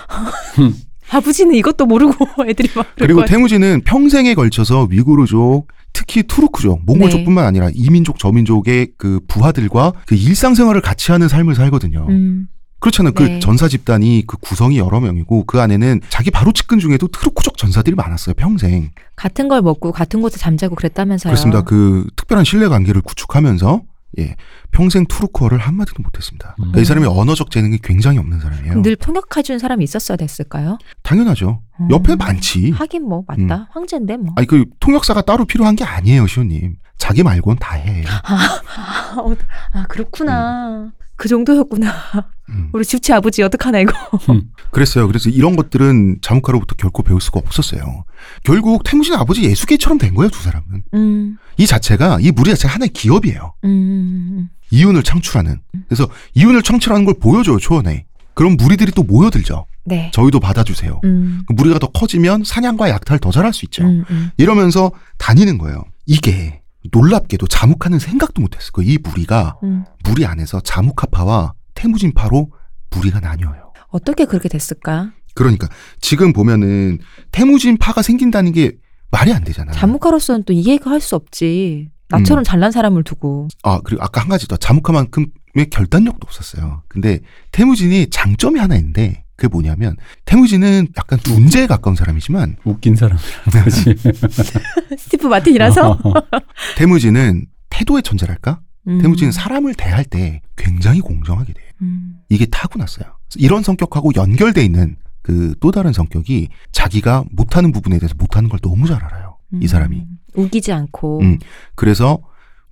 S2: 아버지는 이것도 모르고 애들이 막 그럴
S1: 그리고
S2: 것 같아요.
S1: 태무진은 평생에 걸쳐서 위구르족, 특히 투르크족,
S2: 네.
S1: 몽골족뿐만 아니라 이민족, 저민족의 그 부하들과 그 일상생활을 같이 하는 삶을 살거든요.
S2: 음,
S1: 그렇잖아요.
S2: 네.
S1: 그 전사 집단이 그 구성이 여러 명이고 그 안에는 자기 바로 측근 중에도 트루크족 전사들이 많았어요.
S2: 네.
S1: 평생.
S2: 같은 걸 먹고 같은 곳에 잠자고 그랬다면서요.
S1: 그렇습니다. 그 특별한 신뢰 관계를 구축하면서 예, 평생 투르크어를 한마디도
S2: 음.
S1: 못했습니다. 그러니까 이 사람이 언어적 재능이 굉장히 없는 사람이에요.
S2: 늘 통역해준 사람이 있었어야 됐을까요?
S1: 당연하죠.
S2: 어.
S1: 옆에 많지.
S2: 하긴 뭐 맞다 황제인데 뭐
S1: 아니 그 통역사가 따로 필요한 게 아니에요, 시호님. 자기 말고는 다 해.
S2: 아, 어, 아 그렇구나 그 정도였구나
S1: 음.
S2: 우리 주치 아버지 어떡하나 이거
S1: 그랬어요. 그래서 이런 것들은 자무카로부터 결코 배울 수가 없었어요. 결국 태무진 아버지 예수계처럼 된 거예요, 두 사람은.
S2: 음,
S1: 이 자체가 이 무리 자체가 하나의 기업이에요.
S2: 음, 음,
S1: 이윤을 창출하는. 그래서 이윤을 창출하는 걸 보여줘요, 초원에. 그럼 무리들이 또 모여들죠.
S2: 네
S1: 저희도 받아주세요.
S2: 음,
S1: 그 무리가 더 커지면 사냥과 약탈 더 잘할 수 있죠.
S2: 음, 음.
S1: 이러면서 다니는 거예요. 이게 놀랍게도 자무카는 생각도 못했을 거예요. 이 무리가
S2: 음.
S1: 무리 안에서 자무카파와 태무진파로 무리가 나뉘어요.
S2: 어떻게 그렇게 됐을까
S1: 그러니까 지금 보면은 태무진파가 생긴다는 게 말이 안 되잖아요.
S2: 자무카로서는 또 이해가 할 수 없지 나처럼
S1: 음.
S2: 잘난 사람을 두고
S1: 아 그리고 아까 한 가지 더 자무카만큼의 결단력도 없었어요. 근데 태무진이 장점이 하나 있는데 그게 뭐냐면 태무진은 약간 문제에 가까운 사람이지만
S3: 웃긴 사람이라는 거지. 어.
S2: 스티브 마틴이라서
S1: 태무진은 태도의 천재랄까?
S2: 음.
S1: 태무진은 사람을 대할 때 굉장히 공정하게 돼. 요
S2: 음.
S1: 이게 타고났어요. 이런 성격하고 연결돼 있는 그 또 다른 성격이 자기가 못하는 부분에 대해서 못하는 걸 너무 잘 알아요. 이 사람이.
S2: 음. 우기지 않고
S1: 음. 그래서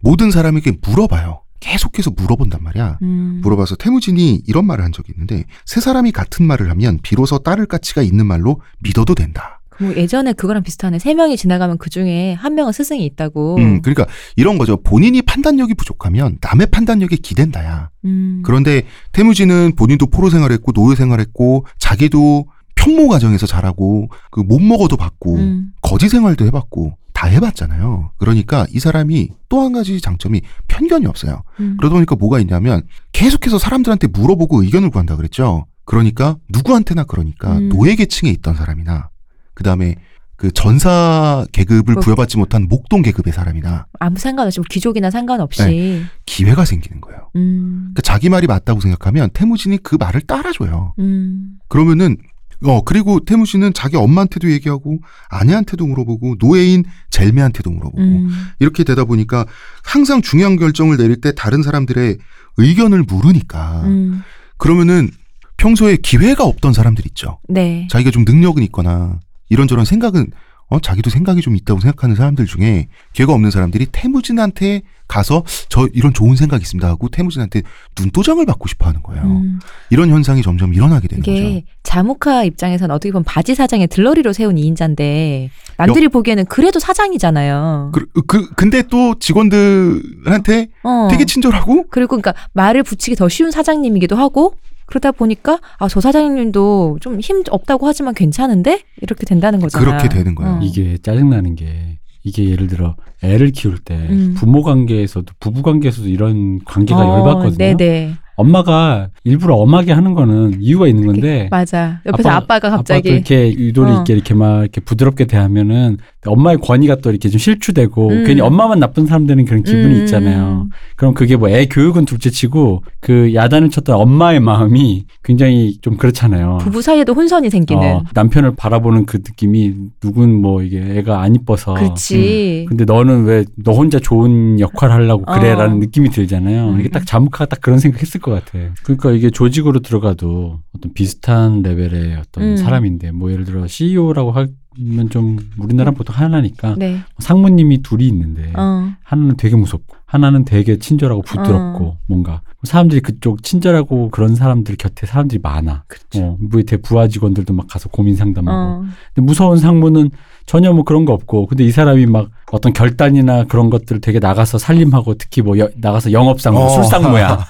S1: 모든 사람에게 물어봐요. 계속해서 물어본단 말이야.
S2: 음.
S1: 물어봐서 태무진이 이런 말을 한 적이 있는데 세 사람이 같은 말을 하면 비로소 따를 가치가 있는 말로 믿어도 된다.
S2: 뭐 예전에 그거랑 비슷하네 세 명이 지나가면 그 중에 한 명은 스승이 있다고
S1: 음, 그러니까 이런 거죠. 본인이 판단력이 부족하면 남의 판단력에 기댄다야.
S2: 음.
S1: 그런데 태무진은 본인도 포로 생활했고 노예 생활했고 자기도 평모 가정에서 자라고 그 못 먹어도 받고
S2: 음.
S1: 거지 생활도 해봤고 다 해봤잖아요. 그러니까 이 사람이 또 한 가지 장점이 편견이 없어요.
S2: 음.
S1: 그러다 보니까 뭐가 있냐면 계속해서 사람들한테 물어보고 의견을 구한다 그랬죠. 그러니까 누구한테나 그러니까
S2: 음.
S1: 노예 계층에 있던 사람이나 그 다음에 그 전사 계급을
S2: 뭐.
S1: 부여받지 못한 목동 계급의 사람이나
S2: 아무 상관없이 뭐 귀족이나 상관없이
S1: 네. 기회가 생기는 거예요.
S2: 음.
S1: 그러니까 자기 말이 맞다고 생각하면 태무진이 그 말을 따라줘요.
S2: 음.
S1: 그러면은 어 그리고 태무 씨는 자기 엄마한테도 얘기하고 아내한테도 물어보고 노예인 젤메한테도 물어보고
S2: 음.
S1: 이렇게 되다 보니까 항상 중요한 결정을 내릴 때 다른 사람들의 의견을 물으니까
S2: 음.
S1: 그러면은 평소에 기회가 없던 사람들 있죠
S2: 네.
S1: 자기가 좀 능력은 있거나 이런저런 생각은 어 자기도 생각이 좀 있다고 생각하는 사람들 중에 기회가 없는 사람들이 태무진한테 가서 저 이런 좋은 생각 있습니다 하고 태무진한테 눈도장을 받고 싶어하는 거예요
S2: 음.
S1: 이런 현상이 점점 일어나게 되는 거죠.
S2: 이게 자무카 입장에서는 어떻게 보면 바지 사장의 들러리로 세운 이인자인데 남들이 보기에는 그래도 사장이잖아요.
S1: 그, 그 근데 또 직원들한테
S2: 어.
S1: 그 되게 친절하고
S2: 그리고 그러니까 말을 붙이기 더 쉬운 사장님이기도 하고 그러다 보니까 아 저 사장님도 좀 힘 없다고 하지만 괜찮은데 이렇게 된다는 거잖아요.
S1: 그렇게 되는 거예요.
S2: 어.
S3: 이게 짜증나는 게 이게 예를 들어 애를 키울 때
S2: 음.
S3: 부모 관계에서도 부부 관계에서도 이런 관계가
S2: 어,
S3: 열받거든요.
S2: 네네
S3: 엄마가 일부러 엄하게 하는 거는 이유가 있는 건데
S2: 맞아. 옆에서 아빠, 가 갑자기
S3: 아빠도 이렇게 유도리
S2: 어.
S3: 있게 이렇게 막 이렇게 부드럽게 대하면은 엄마의 권위가 또 이렇게 좀 실추되고
S2: 음.
S3: 괜히 엄마만 나쁜 사람 되는 그런 기분이
S2: 음.
S3: 있잖아요. 그럼 그게 뭐 애 교육은 둘째치고 그 야단을 쳤던 엄마의 마음이 굉장히 좀 그렇잖아요.
S2: 부부 사이에도 혼선이 생기는.
S3: 어, 남편을 바라보는 그 느낌이 누군 뭐 이게 애가 안 이뻐서 음.
S2: 그렇지.
S3: 근데 너는 왜 너 혼자 좋은 역할 하려고 그래라는
S2: 어.
S3: 느낌이 들잖아요. 이게
S2: 음.
S3: 딱 자무카가 딱 그런 생각했을 것 같아. 그러니까 이게 조직으로 들어가도 어떤 비슷한 레벨의 어떤
S2: 음.
S3: 사람인데 뭐 예를 들어 CEO라고 할 면좀 우리나라 보통 하나니까
S2: 음. 네.
S3: 상무님이 둘이 있는데
S2: 어.
S3: 하나는 되게 무섭고 하나는 되게 친절하고 부드럽고 뭔가 사람들이 그쪽 친절하고 그런 사람들 곁에 사람들이 많아.
S2: 그렇죠.
S3: 어, 밑에 부하 직원들도 막 가서 고민 상담하고.
S2: 어.
S3: 근데 무서운 상무는 전혀 뭐 그런 거 없고. 근데 이 사람이 막 어떤 결단이나 그런 것들 되게 나가서 살림하고 특히 뭐 여- 나가서 영업상무,
S1: 어.
S3: 술상무야.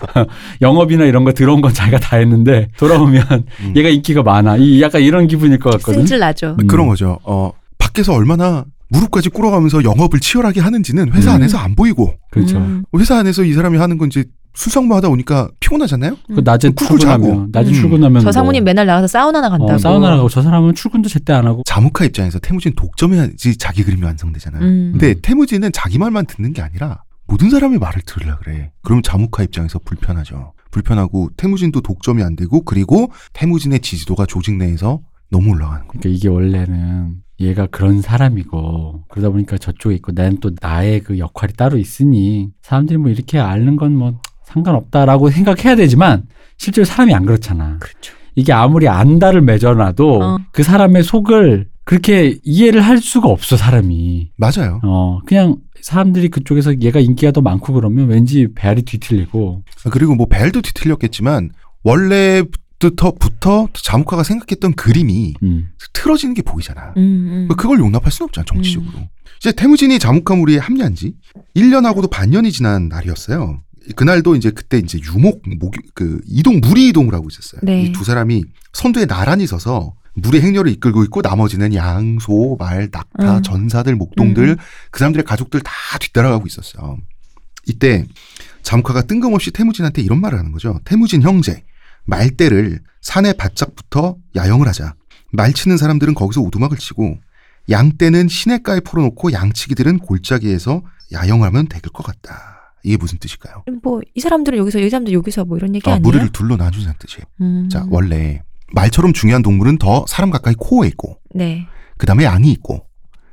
S3: 영업이나 이런 거 들어온 건 자기가 다 했는데 돌아오면
S1: 음.
S3: 얘가 인기가 많아. 이 약간 이런 기분일 것 같거든.
S2: 승질 나죠.
S3: 음.
S1: 그런 거죠. 어, 밖에서 얼마나 무릎까지 꿇어가면서 영업을 치열하게 하는지는 회사
S3: 음.
S1: 안에서 안 보이고
S3: 그렇죠.
S2: 음.
S1: 회사 안에서 이 사람이 하는 건 이제 수상무 하다 오니까 피곤하잖아요.
S3: 그 낮에
S1: 꿀꿀 자고.
S3: 출근하면 낮에
S2: 음.
S3: 출근하면
S2: 저
S3: 뭐
S2: 사모님 맨날 나가서 사우나나 간다고.
S3: 어, 사우나를 가고 저 사람은 출근도 제때 안 하고
S1: 자무카 입장에서 태무진 독점해야지 자기 그림이 완성되잖아요.
S2: 음.
S1: 근데 태무진은 자기 말만 듣는 게 아니라 모든 사람의 말을 들으려 그래. 그럼 자무카 입장에서 불편하죠. 불편하고 태무진도 독점이 안 되고 그리고 태무진의 지지도가 조직 내에서 너무 올라가는 거예요.
S3: 그러니까 이게 원래는 얘가 그런 사람이고 그러다 보니까 저쪽에 있고 나는 또 나의 그 역할이 따로 있으니 사람들이 뭐 이렇게 앓는 건 뭐 상관없다라고 생각해야 되지만 실제로 사람이 안 그렇잖아.
S2: 그렇죠.
S3: 이게 아무리 안다를 맺어놔도
S2: 어.
S3: 그 사람의 속을 그렇게 이해를 할 수가 없어 사람이.
S1: 맞아요.
S3: 어 그냥 사람들이 그쪽에서 얘가 인기가 더 많고 그러면 왠지 배알이 뒤틀리고
S1: 그리고 뭐 벨도 뒤틀렸겠지만 원래부터 부터 자무카가 생각했던 그림이
S3: 음.
S1: 틀어지는 게 보이잖아.
S2: 음, 음.
S1: 그걸 용납할 수는 없잖아, 정치적으로. 이제 태무진이 자무카 무리에 합류한 지 1년하고도 반년이 지난 날이었어요. 그날도 이제 그때 이제 유목, 목, 그, 이동, 무리 이동을 하고 있었어요.
S2: 네.
S1: 이 두 사람이 선두에 나란히 서서 무리 행렬을 이끌고 있고 나머지는 양, 소, 말, 낙타,
S2: 음.
S1: 전사들, 목동들,
S2: 음.
S1: 그 사람들의 가족들 다 뒤따라가고 있었어요. 이때 자무카가 뜬금없이 태무진한테 이런 말을 하는 거죠. 태무진 형제, 말대를 산에 바짝 붙어 야영을 하자. 말 치는 사람들은 거기서 오두막을 치고 양떼는 시냇가에 풀어놓고 양치기들은 골짜기에서 야영하면 될 것 같다. 이게 무슨 뜻일까요?
S2: 뭐이 사람들은 여기서 이 사람들 여기서 뭐 이런 얘기
S1: 아,
S2: 아니에요?
S1: 무리를 둘로 나누자는 뜻이에요.
S2: 음.
S1: 자, 원래 말처럼 중요한 동물은 더 사람 가까이 코어에 있고
S2: 네.
S1: 그 다음에 양이 있고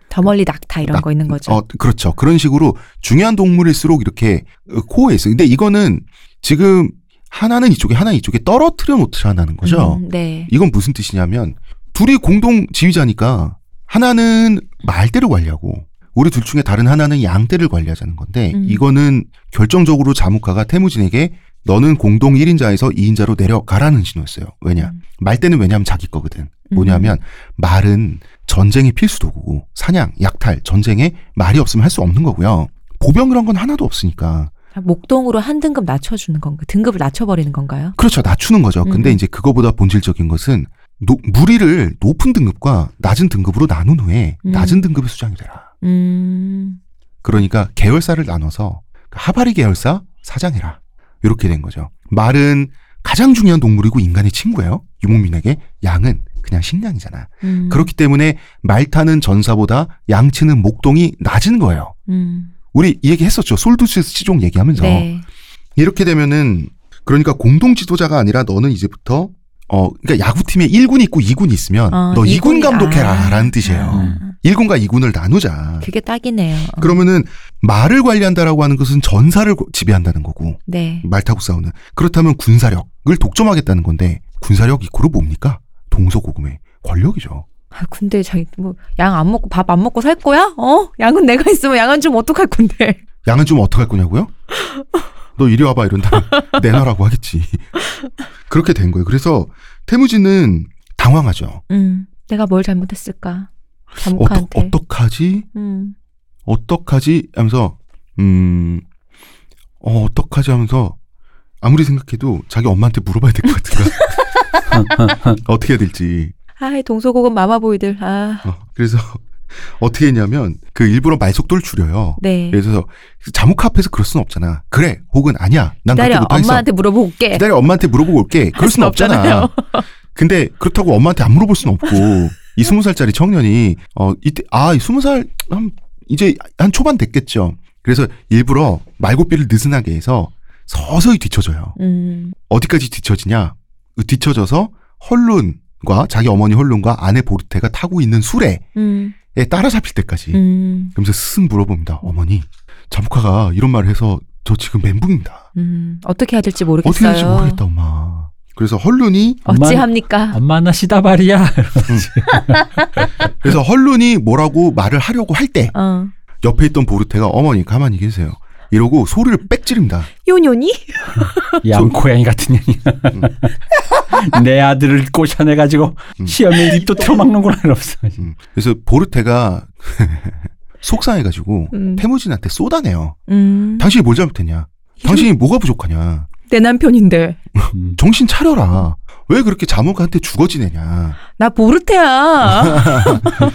S2: 더 멀리 낙타 이런
S1: 낙-
S2: 거 있는 거죠.
S1: 어, 그렇죠. 그런 식으로 중요한 동물일수록 이렇게 어, 코어에 있어요. 근데 이거는 지금 하나는 이쪽에 하나 이쪽에 떨어뜨려 놓자는 거죠.
S2: 음, 네.
S1: 이건 무슨 뜻이냐면 둘이 공동 지휘자니까 하나는 말대를 관리하고 우리 둘 중에 다른 하나는 양대를 관리하자는 건데
S2: 음.
S1: 이거는 결정적으로 자무카가 태무진에게 너는 공동 1인자에서 2인자로 내려가라는 신호였어요. 왜냐?
S2: 음.
S1: 말대는 왜냐면 자기 거거든. 뭐냐면 말은 전쟁의 필수 도구고 사냥, 약탈, 전쟁에 말이 없으면 할 수 없는 거고요. 보병 그런 건 하나도 없으니까.
S2: 아, 목동으로 한 등급 낮춰주는 건가? 등급을 낮춰버리는 건가요?
S1: 그렇죠. 낮추는 거죠. 근데
S2: 음.
S1: 이제 그거보다 본질적인 것은 노- 무리를 높은 등급과 낮은 등급으로 나눈 후에
S2: 음.
S1: 낮은 등급의 수장이 되라.
S2: 음.
S1: 그러니까 계열사를 나눠서 그 하바리 계열사 사장해라. 이렇게 된 거죠. 말은 가장 중요한 동물이고 인간의 친구예요. 유목민에게 양은 그냥 식량이잖아.
S2: 음.
S1: 그렇기 때문에 말 타는 전사보다 양 치는 목동이 낮은 거예요.
S2: 음.
S1: 우리 이 얘기 했었죠. 솔두스 시종 얘기하면서.
S2: 네.
S1: 이렇게 되면은 그러니까 공동 지도자가 아니라 너는 이제부터 어 그러니까 야구팀에 1군이 있고 2군이 있으면
S2: 어,
S1: 너 2군
S2: 이군이- 아.
S1: 감독해라라는 뜻이에요.
S2: 아,
S1: 1군과 2군을 나누자.
S2: 그게 딱이네요. 어.
S1: 그러면은 말을 관리한다라고 하는 것은 전사를 고- 지배한다는 거고
S2: 네.
S1: 말 타고 싸우는 그렇다면 군사력을 독점하겠다는 건데 군사력 이코로 뭡니까? 동서고금의 권력이죠.
S2: 아, 근데 자기 뭐양 안 먹고 밥 안 먹고 살 거야? 어? 양은 내가 있으면 양은 좀 어떡할 건데?
S1: 양은 좀 어떡할 거냐고요? 너 이리 와봐 이런다면 내놔라고 하겠지. 그렇게 된 거예요. 그래서 태무진은 당황하죠.
S2: 음. 내가 뭘 잘못했을까? 네.
S1: 어떡,
S2: 자목한테.
S1: 어떡하지?
S2: 음.
S1: 어떡하지? 하면서, 음, 어, 어떡하지? 하면서, 아무리 생각해도 자기 엄마한테 물어봐야 될 것 같은가? 어떻게 해야 될지.
S2: 아이 동서고금 마마보이들. 아.
S1: 어, 그래서, 어떻게 했냐면, 그 일부러 말 속도를 줄여요.
S2: 네.
S1: 그래서, 자모카 앞에서 그럴 순 없잖아. 그래, 혹은 아니야. 난 그렇게
S2: 기다려
S1: 못하겠어.
S2: 엄마한테 물어보고 올게.
S1: 기다려, 엄마한테 물어보고 올게. 그럴 순
S2: 예. 순
S1: 없잖아.
S2: 없잖아요.
S1: 근데 그렇다고 엄마한테 안 물어볼 순 없고 이 스무 살짜리 청년이 어 이때 아이 스무 살한 이제 한 초반 됐겠죠. 그래서 일부러 말고삐를 느슨하게 해서 서서히 뒤쳐져요.
S2: 음.
S1: 어디까지 뒤쳐지냐? 그 뒤쳐져서 헐룬과 자기 어머니 헐룬과 아내 보르테가 타고 있는 수레에
S2: 음.
S1: 따라잡힐 때까지.
S2: 음.
S1: 그러면서 스승 물어봅니다. 어머니, 자부카가 이런 말을 해서 저 지금 멘붕입니다.
S2: 음. 어떻게 해야 될지
S1: 어떻게
S2: 모르겠어요.
S1: 해야 될지 모르겠다, 엄마. 그래서 헐룬이
S2: 어찌합니까?
S3: 엄마나 시다발이야.
S1: 그래서 헐룬이 뭐라고 말을 하려고 할 때
S2: 어.
S1: 옆에 있던 보르테가 어머니 가만히 계세요. 이러고 소리를 빽 지릅니다.
S2: 요년이?
S3: 양고양이 같은 년이. 내 아들을 꼬셔내가지고
S1: 음.
S3: 시험에 입도 틀어막는구나 이러면서.
S1: 음. 그래서 보르테가 속상해가지고
S2: 음.
S1: 태무진한테 쏟아내요.
S2: 음.
S1: 당신이 뭘 잘못했냐? 당신이 뭐가 부족하냐?
S2: 내 남편인데
S3: 음.
S1: 정신 차려라. 왜 그렇게 자몽한테 죽어지느냐?
S2: 나 보르테야.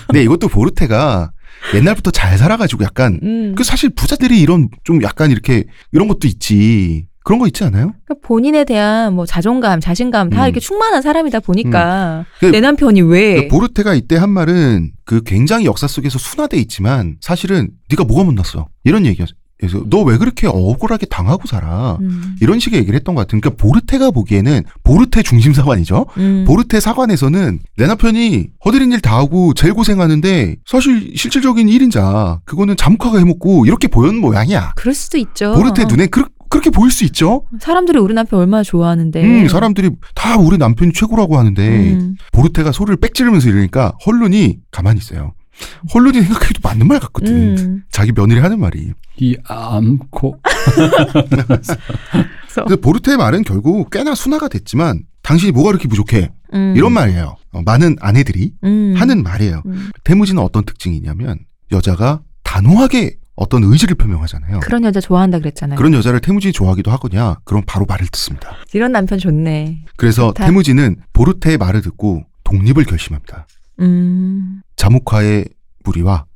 S1: 근데 이것도 보르테가 옛날부터 잘 살아가지고 약간
S2: 음.
S1: 그 사실 부자들이 이런 좀 약간 이렇게 이런 것도 있지 그런 거 있지 않아요?
S2: 그러니까 본인에 대한 뭐 자존감, 자신감 다
S1: 음.
S2: 이렇게 충만한 사람이다 보니까
S1: 그-
S2: 내 남편이 왜?
S1: 근데 보르테가 이때 한 말은 그 굉장히 역사 속에서 순화돼 있지만 사실은 네가 뭐가 못났어 이런 얘기였어. 그래서 너 왜 그렇게 억울하게 당하고 살아?
S2: 음.
S1: 이런 식의 얘기를 했던 것 같아요. 그러니까 보르테가 보기에는 보르테 중심 사관이죠.
S2: 음.
S1: 보르테 사관에서는 내 남편이 허드린 일 다 하고 제일 고생하는데 사실 실질적인 일인자 그거는 자무카가 해먹고 이렇게 보였는 모양이야.
S2: 그럴 수도 있죠. 어.
S1: 보르테 눈에 그, 그렇게 보일 수 있죠.
S2: 사람들이 우리 남편 얼마나 좋아하는데.
S1: 음, 사람들이 네, 다 우리 남편이 최고라고 하는데
S2: 네. 음.
S1: 보르테가 소리를 빽 지르면서 이러니까 헐룬이 가만히 있어요. 헐룬이 생각해도 맞는 말 같거든.
S2: 음.
S1: 자기 며느리 하는 말이.
S3: 이 암코.
S1: 근데 보르테의 말은 결국 꽤나 순화가 됐지만 당신이 뭐가 그렇게 부족해?
S2: 음.
S1: 이런 말이에요. 어, 많은 아내들이
S2: 음.
S1: 하는 말이에요.
S2: 음.
S1: 태무지는 어떤 특징이냐면 여자가 단호하게 어떤 의지를 표명하잖아요.
S2: 그런 여자 좋아한다 그랬잖아요.
S1: 그런 여자를 태무진이 좋아하기도 하거냐? 그럼 바로 말을 듣습니다.
S2: 이런 남편 좋네.
S1: 그래서
S2: 좋다.
S1: 태무진은 보르테의 말을 듣고 독립을 결심합니다.
S2: 음.
S1: 자무카의 무리와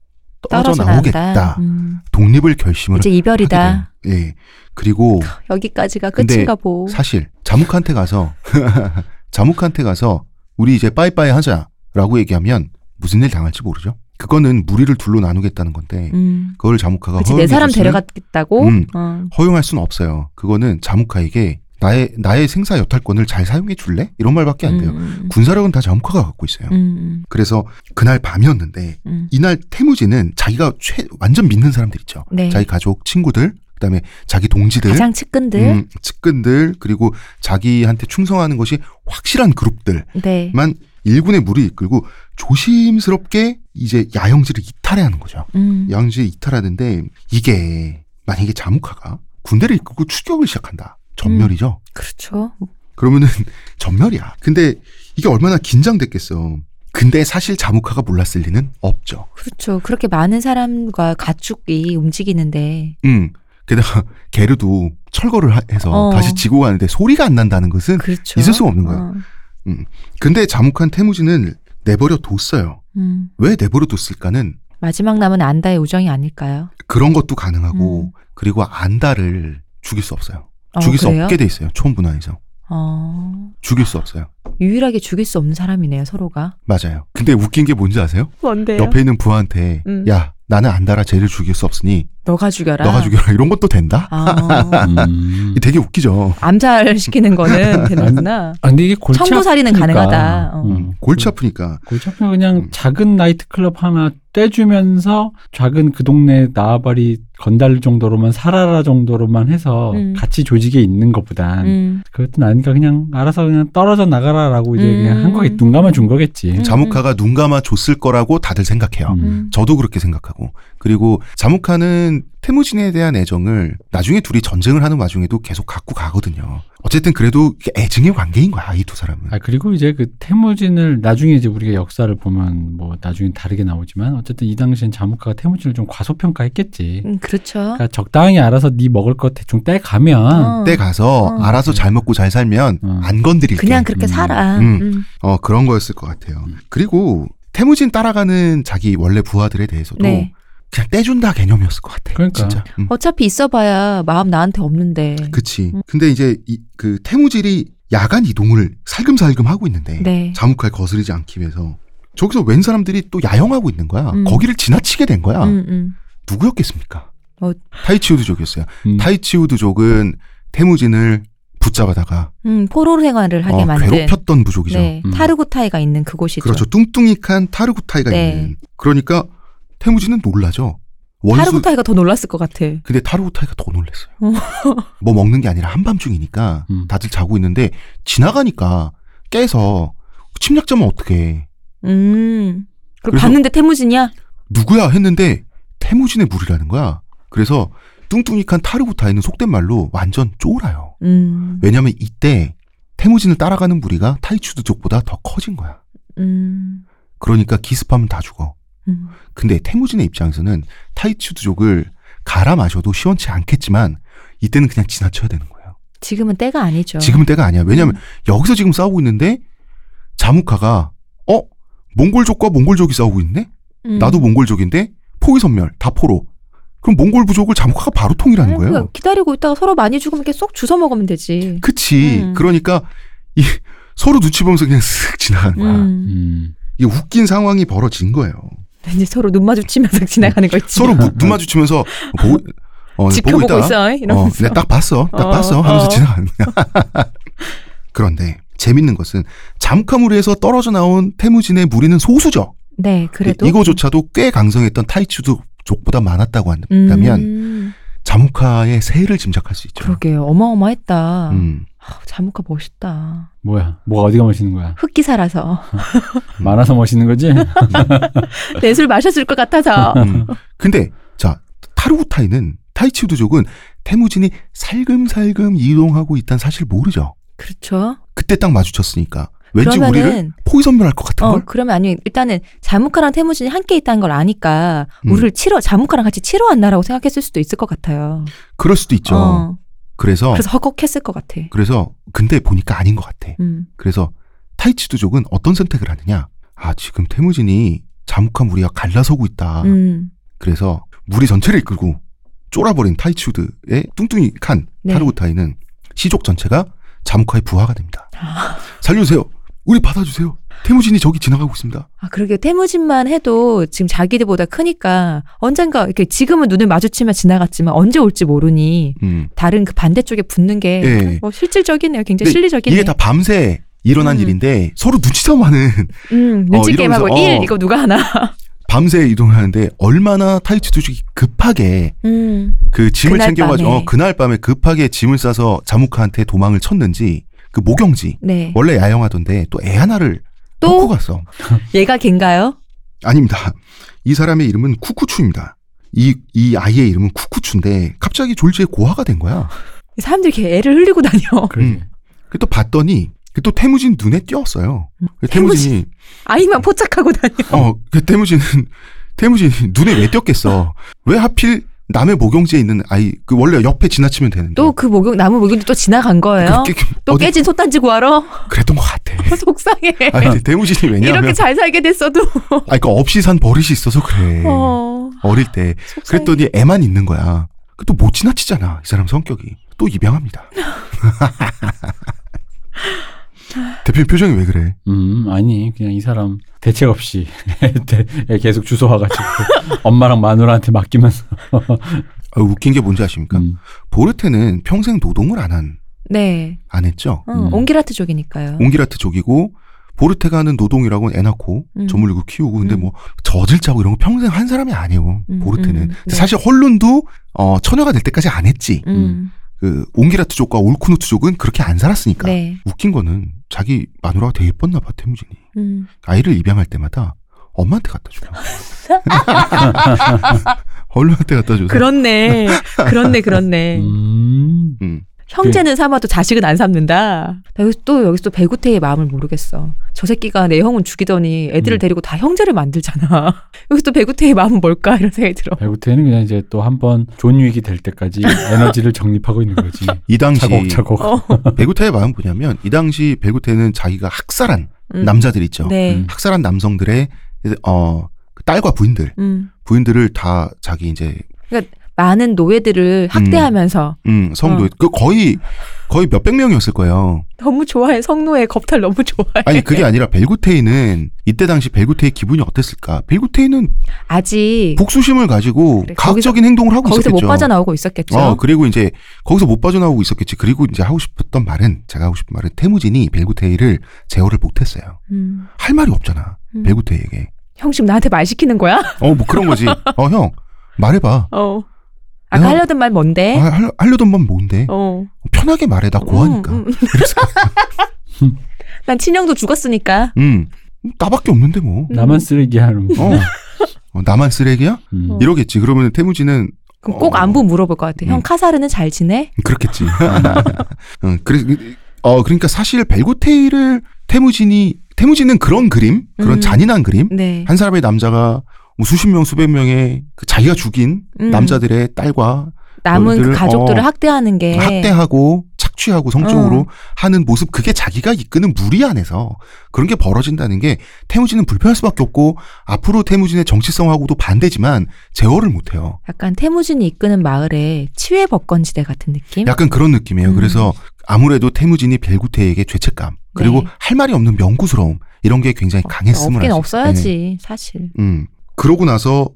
S1: 떨어져 나오겠다.
S2: 음.
S1: 독립을 결심을
S2: 이제 이별이다.
S1: 하게 돼요. 예. 그리고
S2: 여기까지가
S1: 근데
S2: 끝인가 보.
S1: 사실 자무카한테 가서 자무카한테 가서 우리 이제 빠이빠이 하자라고 얘기하면 무슨 일 당할지 모르죠. 그거는 무리를 둘로 나누겠다는 건데
S2: 음.
S1: 그걸 자무카가
S2: 그치 내 사람
S1: 허용해줬으면
S2: 데려갔겠다고.
S1: 음.
S2: 어.
S1: 허용할 수는 없어요. 그거는 자무카에게 나의 나의 생사 여탈권을 잘 사용해 줄래? 이런 말밖에 안 돼요.
S2: 음,
S1: 군사력은 다 자무카가 갖고 있어요.
S2: 음, 음,
S1: 그래서 그날 밤이었는데
S2: 음.
S1: 이날 태무지는 자기가 최 완전 믿는 사람들 있죠.
S2: 네.
S1: 자기 가족, 친구들, 그다음에 자기 동지들,
S2: 가장 측근들.
S1: 음, 측근들 그리고 자기한테 충성하는 것이 확실한 그룹들만
S2: 네.
S1: 일군의 무리 이끌고 조심스럽게 이제 야영지를 이탈해하는 거죠.
S2: 음.
S1: 야영지 이탈하는데 이게 만약에 자무카가 군대를 이끌고 추격을 시작한다. 전멸이죠.
S2: 그렇죠.
S1: 그러면은 전멸이야. 근데 이게 얼마나 긴장됐겠어. 근데 사실 자무카가 몰랐을 리는 없죠.
S2: 그렇죠. 그렇게 많은 사람과 가축이 움직이는데.
S1: 음. 게다가 게르도 철거를 하- 해서
S2: 어.
S1: 다시 지고 가는데 소리가 안 난다는 것은
S2: 그렇죠.
S1: 있을 수가 없는 거야.
S2: 어.
S1: 근데 자묵한 태무진을 내버려 뒀어요.
S2: 음.
S1: 왜 내버려 뒀을까는
S2: 마지막 남은 안다의 우정이 아닐까요?
S1: 그런 것도 가능하고
S2: 음.
S1: 그리고 안다를 죽일 수 없어요.
S2: 어,
S1: 죽일 수
S2: 그래요?
S1: 없게 돼 있어요. 초문분화에서
S2: 어.
S1: 죽일 수 없어요.
S2: 유일하게 죽일 수 없는 사람이네요, 서로가.
S1: 맞아요. 근데 웃긴 게 뭔지 아세요?
S2: 뭔데요?
S1: 옆에 있는 부하한테
S2: 음.
S1: 야 나는 안다라 쟤를 죽일 수 없으니
S2: 너가 죽여라.
S1: 너가 죽여라 이런 것도 된다?
S2: 아.
S3: 음.
S1: 이게 되게 웃기죠.
S2: 암살 시키는 거는 되는구나.
S3: 아, 근데 이게 골치
S2: 청부살이는
S3: 아프니까.
S2: 가능하다. 어.
S3: 음.
S1: 골치 아프니까
S3: 골치 아프면 그냥
S1: 음.
S3: 작은 나이트클럽 하나 떼주면서 작은 그 동네 나발이 건달 정도로만 살아라 정도로만 해서
S2: 음.
S3: 같이 조직에 있는 것보단
S2: 음.
S3: 그것도 아니까 그냥 알아서 그냥 떨어져 나가라라고 이제
S2: 음.
S3: 그냥 한 거겠 눈 감아 준 거겠지.
S2: 음.
S1: 자묵카가 눈 감아 줬을 거라고 다들 생각해요.
S2: 음.
S1: 저도 그렇게 생각하고 그리고 자무카는 태무진에 대한 애정을 나중에 둘이 전쟁을 하는 와중에도 계속 갖고 가거든요. 어쨌든 그래도 이게 애증의 관계인 거야 이 두 사람은.
S3: 아 그리고 이제 그 태무진을 나중에 이제 우리가 역사를 보면 뭐 나중에 다르게 나오지만 어쨌든 이 당시엔 자무카가 태무진을 좀 과소평가했겠지.
S2: 음, 그렇죠.
S3: 그러니까 적당히 알아서 네 먹을 거 대충 떼 가면
S2: 어.
S1: 그러니까 때 가서
S2: 어.
S1: 알아서 잘 먹고 잘 살면
S3: 어.
S1: 안 건드릴게.
S2: 그냥 그렇게
S3: 음.
S2: 살아.
S1: 음.
S2: 음.
S1: 어 그런 거였을 것 같아요.
S3: 음.
S1: 그리고 태무진 따라가는 자기 원래 부하들에 대해서도
S2: 네.
S1: 그냥 떼준다 개념이었을 것 같아.
S3: 그러니까.
S1: 진짜. 음.
S2: 어차피 있어봐야 마음 나한테 없는데.
S1: 그치. 근데 이제 이, 그 태무질이 야간 이동을 살금살금 하고 있는데
S2: 네.
S1: 자무칼 거스르지 않기 위해서 저기서 웬 사람들이 또 야영하고 있는 거야.
S2: 음.
S1: 거기를 지나치게 된 거야.
S2: 음, 음.
S1: 누구였겠습니까?
S2: 어.
S1: 타이치우드족이었어요.
S3: 음.
S1: 타이치우드족은 태무진을 붙잡아다가
S2: 음, 포로 생활을 하게
S1: 어,
S2: 만든.
S1: 괴롭혔던 부족이죠.
S2: 네.
S3: 음.
S2: 타르구타이가 있는 그곳이죠.
S1: 그렇죠. 뚱뚱이칸 타르구타이가
S2: 네.
S1: 있는. 그러니까 태무진은 놀라죠. 원수
S2: 타르구타이가 더 놀랐을 것 같아.
S1: 근데 타르구타이가 더 놀랐어요.
S2: 어.
S1: 뭐 먹는 게 아니라 한밤중이니까
S3: 음.
S1: 다들 자고 있는데 지나가니까 깨서 침략자면 어떻게
S2: 음. 그리고
S1: 그래서-
S2: 봤는데 태무진이야?
S1: 누구야 했는데 태무진의 물이라는 거야. 그래서 뚱뚱이한 타르구타이는 속된 말로 완전 쫄아요.
S2: 음.
S1: 왜냐면 이때 태무진을 따라가는 무리가 타이추드 쪽보다 더 커진 거야.
S2: 음.
S1: 그러니까 기습하면 다 죽어.
S2: 음.
S1: 근데 태무진의 입장에서는 타이추드족을 갈아 마셔도 시원치 않겠지만 이때는 그냥 지나쳐야 되는 거예요.
S2: 지금은 때가 아니죠.
S1: 지금은 때가 아니야. 왜냐면 여기서 지금 싸우고 있는데 자무카가 어 몽골족과 몽골족이 싸우고 있네.
S2: 음.
S1: 나도 몽골족인데 포위 선멸 다 포로. 그럼 몽골 부족을 자무카가 바로 통일하는
S2: 아니,
S1: 거예요.
S2: 그거 기다리고 있다가 서로 많이 죽으면 이렇게 쏙 주워 먹으면 되지.
S1: 그치.
S2: 음.
S1: 그러니까 이 서로 눈치 보면서 그냥 슥 지나가는 거야.
S2: 음.
S3: 음.
S1: 이게 웃긴 상황이 벌어진 거예요.
S2: 이제 서로 눈 마주치면서 지나가는 거 있지.
S1: 서로 무- 눈 마주치면서 보고, 어,
S2: 음. 지켜보고
S1: 보고 있다.
S2: 있어.
S1: 어,
S2: 이러면서.
S1: 내가 딱 봤어. 딱
S2: 어,
S1: 봤어. 하면서
S2: 어.
S1: 지나가는 거야. 그런데 재밌는 것은 잠카무리에서 떨어져 나온 태무진의 무리는 소수죠.
S2: 네, 그래도
S1: 이거조차도 꽤 강성했던 타이추드 족보다 많았다고
S2: 음.
S1: 한다면 자무카의 세를 짐작할 수 있죠.
S2: 그러게요. 어마어마했다.
S1: 음.
S2: 아, 자무카 멋있다.
S3: 뭐야? 뭐가 어디가 멋있는 거야?
S2: 흑기사라서
S3: 많아서 멋있는 거지?
S2: 내 술 마셨을 것 같아서.
S1: 음. 근데 자 타르구타이는 타이치우드족은 태무진이 살금살금 이동하고 있다는 사실 모르죠.
S2: 그렇죠.
S1: 그때 딱 마주쳤으니까 왠지
S2: 그러면은-
S1: 우리를 포위 선멸할 것 같은
S2: 어,
S1: 걸.
S2: 그러면 아니 일단은 자무카랑 태무진이 함께 있다는 걸 아니까
S1: 음.
S2: 우리를 치러 자무카랑 같이 치러 왔나라고 생각했을 수도 있을 것 같아요.
S1: 그럴 수도 있죠.
S2: 어,
S1: 그래서
S2: 그래서 허걱했을 것 같아.
S1: 그래서 근데 보니까 아닌 것 같아.
S2: 음.
S1: 그래서 타이치우드족은 어떤 선택을 하느냐? 아 지금 태무진이 자묵한 무리가 갈라서고 있다.
S2: 음.
S1: 그래서 무리 전체를 이끌고 쫄아버린 타이추드의 뚱뚱이 칸
S2: 네.
S1: 타르구타이는 시족 전체가 자무카의 부하가 됩니다.
S2: 아.
S1: 살려주세요. 우리 받아주세요. 태무진이 저기 지나가고 있습니다.
S2: 아, 그러게 태무진만 해도 지금 자기들보다 크니까 언젠가 이렇게 지금은 눈을 마주치면 지나갔지만 언제 올지 모르니
S1: 음.
S2: 다른 그 반대쪽에 붙는 게
S1: 예.
S2: 뭐 실질적이네요. 굉장히
S1: 근데
S2: 실리적이네요.
S1: 이게 다 밤새 일어난
S2: 음.
S1: 일인데 서로 눈치싸움 하는
S2: 음, 눈치
S1: 어,
S2: 게임하고
S1: 이러면서, 어.
S2: 1 이거 누가 하나.
S1: 밤새 이동하는데 얼마나 타이추드족이 급하게
S2: 음.
S1: 그 짐을
S2: 그날
S1: 챙겨가지고
S2: 밤에.
S1: 어, 그날 밤에 급하게 짐을 싸서 자무카한테 도망을 쳤는지 그 목영지
S2: 네.
S1: 원래 야영하던데 또 애 하나를
S2: 또?
S1: 놓고 갔어.
S2: 얘가 걘가요?
S1: 아닙니다. 이 사람의 이름은 쿠쿠추입니다. 이, 이 아이의 이름은 쿠쿠추인데 갑자기 졸지에 고아가 된 거야.
S2: 사람들이 이렇게 애를 흘리고 다녀.
S3: 그러게.
S1: 음. 그또 봤더니 그또 태무진 눈에 띄었어요. 그 태무진이
S2: 아이만 포착하고 다녀.
S1: 어, 그 태무진은 태무진이 눈에 왜 띄었겠어? 왜 하필 남의 목욕지에 있는 아이 그 원래 옆에 지나치면 되는데
S2: 또 그 목욕 나무 목욕이 또 지나간 거예요.
S1: 그- 그-
S2: 또
S1: 어디-
S2: 깨진 솥단지 구하러
S1: 그랬던 것 같아.
S2: 속상해.
S1: 아 근데 태무진이 왜냐면
S2: 이렇게 잘 살게 됐어도
S1: 아 그러니까 없이 산 버릇이 있어서 그래.
S2: 어,
S1: 어릴 때
S2: 속상해.
S1: 예. 그랬더니 애만 있는 거야. 그 또 못 지나치잖아. 이 사람 성격이. 또 입양합니다. 대표님 표정이 왜 그래?
S3: 음, 아니 그냥 이 사람 대책 없이 애 계속 주워 와가지고 엄마랑 마누라한테 맡기면서.
S1: 아, 웃긴 게 뭔지 아십니까?
S3: 음.
S1: 보르테는 평생 노동을 안 한,
S2: 네,
S1: 안 했죠?
S2: 어,
S3: 음.
S2: 옹기라트족이니까요.
S1: 옹기라트 족이고, 보르테가 하는 노동이라고는 애 낳고,
S2: 음.
S1: 저물리고 키우고, 근데
S2: 음.
S1: 뭐, 젖을 짜고 이런 거 평생 한 사람이 아니에요,
S2: 음,
S1: 보르테는.
S2: 음,
S1: 근데
S2: 네.
S1: 사실 헐룬도, 어, 처녀가 될 때까지 안 했지.
S2: 음,
S1: 그, 옹기라트 족과 올쿠누트 족은 그렇게 안 살았으니까.
S2: 네,
S1: 웃긴 거는, 자기 마누라가 되게 예뻤나 봐, 태무진이.
S2: 음.
S1: 아이를 입양할 때마다 엄마한테 갖다 줘요. 얼마한테 갖다 줘서.
S2: 그렇네, 그렇네, 그렇네.
S3: 음.
S1: 음.
S2: 형제는 삼아도 자식은 안 삼는다. 나 여기서 또 여기서 또 배구태의 마음을 모르겠어. 저 새끼가 내 형은 죽이더니 애들을
S3: 음.
S2: 데리고 다 형제를 만들잖아. 여기서 또 배구태의 마음은 뭘까 이런 생각이 들어.
S3: 배구태는 그냥 이제 또 한 번 존윅이 될 때까지 에너지를 정립하고 있는 거지.
S1: 이 당시
S3: 차곡차곡.
S2: 어,
S1: 배구태의 마음은 뭐냐면 이 당시 배구태는 자기가 학살한
S2: 음.
S1: 남자들 있죠.
S2: 네,
S3: 음.
S1: 학살한 남성들의 이제, 어, 그 딸과 부인들,
S2: 음.
S1: 부인들을 다 자기 이제
S2: 많은 노예들을 학대하면서
S1: 음, 성도
S2: 어.
S1: 그 거의 거의 몇백 명이었을 거예요.
S2: 너무 좋아해. 성노예 겁탈 너무 좋아해.
S1: 아니 그게 아니라 벨구테이는 이때 당시 벨구테이 기분이 어땠을까? 벨구테이는
S2: 아직
S1: 복수심을 가지고
S2: 그래,
S1: 과학적인 행동을 하고
S2: 거기서
S1: 있었겠죠.
S2: 못 빠져나오고 있었겠죠.
S1: 어, 그리고 이제 거기서 못 빠져나오고 있었겠지. 그리고 이제 하고 싶었던 말은 제가 하고 싶은 말은 태무진이 벨구테이를 제어를 못했어요.
S2: 음.
S1: 할 말이 없잖아.
S2: 음.
S1: 벨구테이에게.
S2: 형 지금 나한테 말 시키는 거야?
S1: 어, 뭐 그런 거지. 어, 형. 말해봐.
S2: 어. 아까
S1: 내가-
S2: 하려던 말 뭔데?
S1: 아, 할- 하려던 건 뭔데?
S2: 어.
S1: 편하게 말해. 나 고하니까.
S2: 음, 음.
S1: 이래서,
S2: 난 친형도 죽었으니까.
S1: 음, 나밖에 없는데 뭐.
S3: 나만 쓰레기 하는
S1: 어. 어, 나만 쓰레기야?
S3: 음.
S2: 음. 어.
S1: 이러겠지. 그러면 태무지는
S2: 그럼 꼭
S1: 어.
S2: 안부 물어볼 것 같아. 형
S1: 음.
S2: 카사르는 잘 지내?
S1: 그렇겠지.
S2: 아.
S1: 응, 그래, 어, 그러니까 사실 벨고테이를 태무진이, 태무진은 그런 그림, 그런
S2: 음.
S1: 잔인한 그림,
S2: 네.
S1: 한 사람의 남자가 뭐 수십 명, 수백 명의 그 자기가 죽인
S2: 음.
S1: 남자들의 딸과
S2: 남은 그
S1: 너희들을-
S2: 가족들을
S1: 어.
S2: 학대하는 게
S1: 학대하고 착취하고
S2: 어.
S1: 성적으로 하는 모습, 그게 자기가 이끄는 무리 안에서 그런 게 벌어진다는 게 태무진은 불편할 수밖에 없고 앞으로 태무진의 정치성하고도 반대지만 제어를 못해요.
S2: 약간 태무진이 이끄는 마을의 치외 법건지대 같은 느낌?
S1: 약간 그런 느낌이에요.
S2: 음.
S1: 그래서 아무래도 태무진이 벨구테에게 죄책감 그리고
S2: 네. 어,
S1: 할 말이 없는 명구스러움 이런 게 굉장히 강했음을
S2: 없긴
S1: 알수 있어요.
S2: 없어야지 사실.
S1: 네. 음. 그러고 나서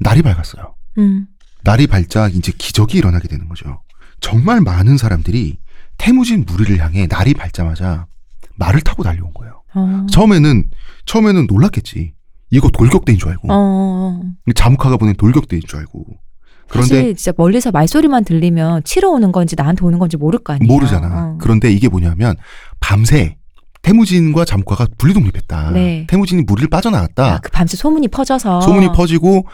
S1: 날이 밝았어요.
S2: 음.
S1: 날이 밝자 이제 기적이 일어나게 되는 거죠. 정말 많은 사람들이 태무진 무리를 향해 날이 밝자마자 말을 타고 달려온 거예요.
S2: 어.
S1: 처음에는 처음에는 놀랐겠지. 이거 돌격대인 줄 알고
S2: 어, 어.
S1: 자무카가 보낸 돌격대인 줄 알고. 그런데
S2: 사실 진짜 멀리서 말소리만 들리면 치러 오는 건지 나한테 오는 건지 모를 거 아니에요.
S1: 모르잖아.
S2: 어.
S1: 그런데 이게 뭐냐면 밤새 태무진과 잠과가 분리독립했다.
S2: 네.
S1: 태무진이 무리를 빠져나갔다.
S2: 아, 그 밤새 소문이 퍼져서
S1: 소문이 퍼지고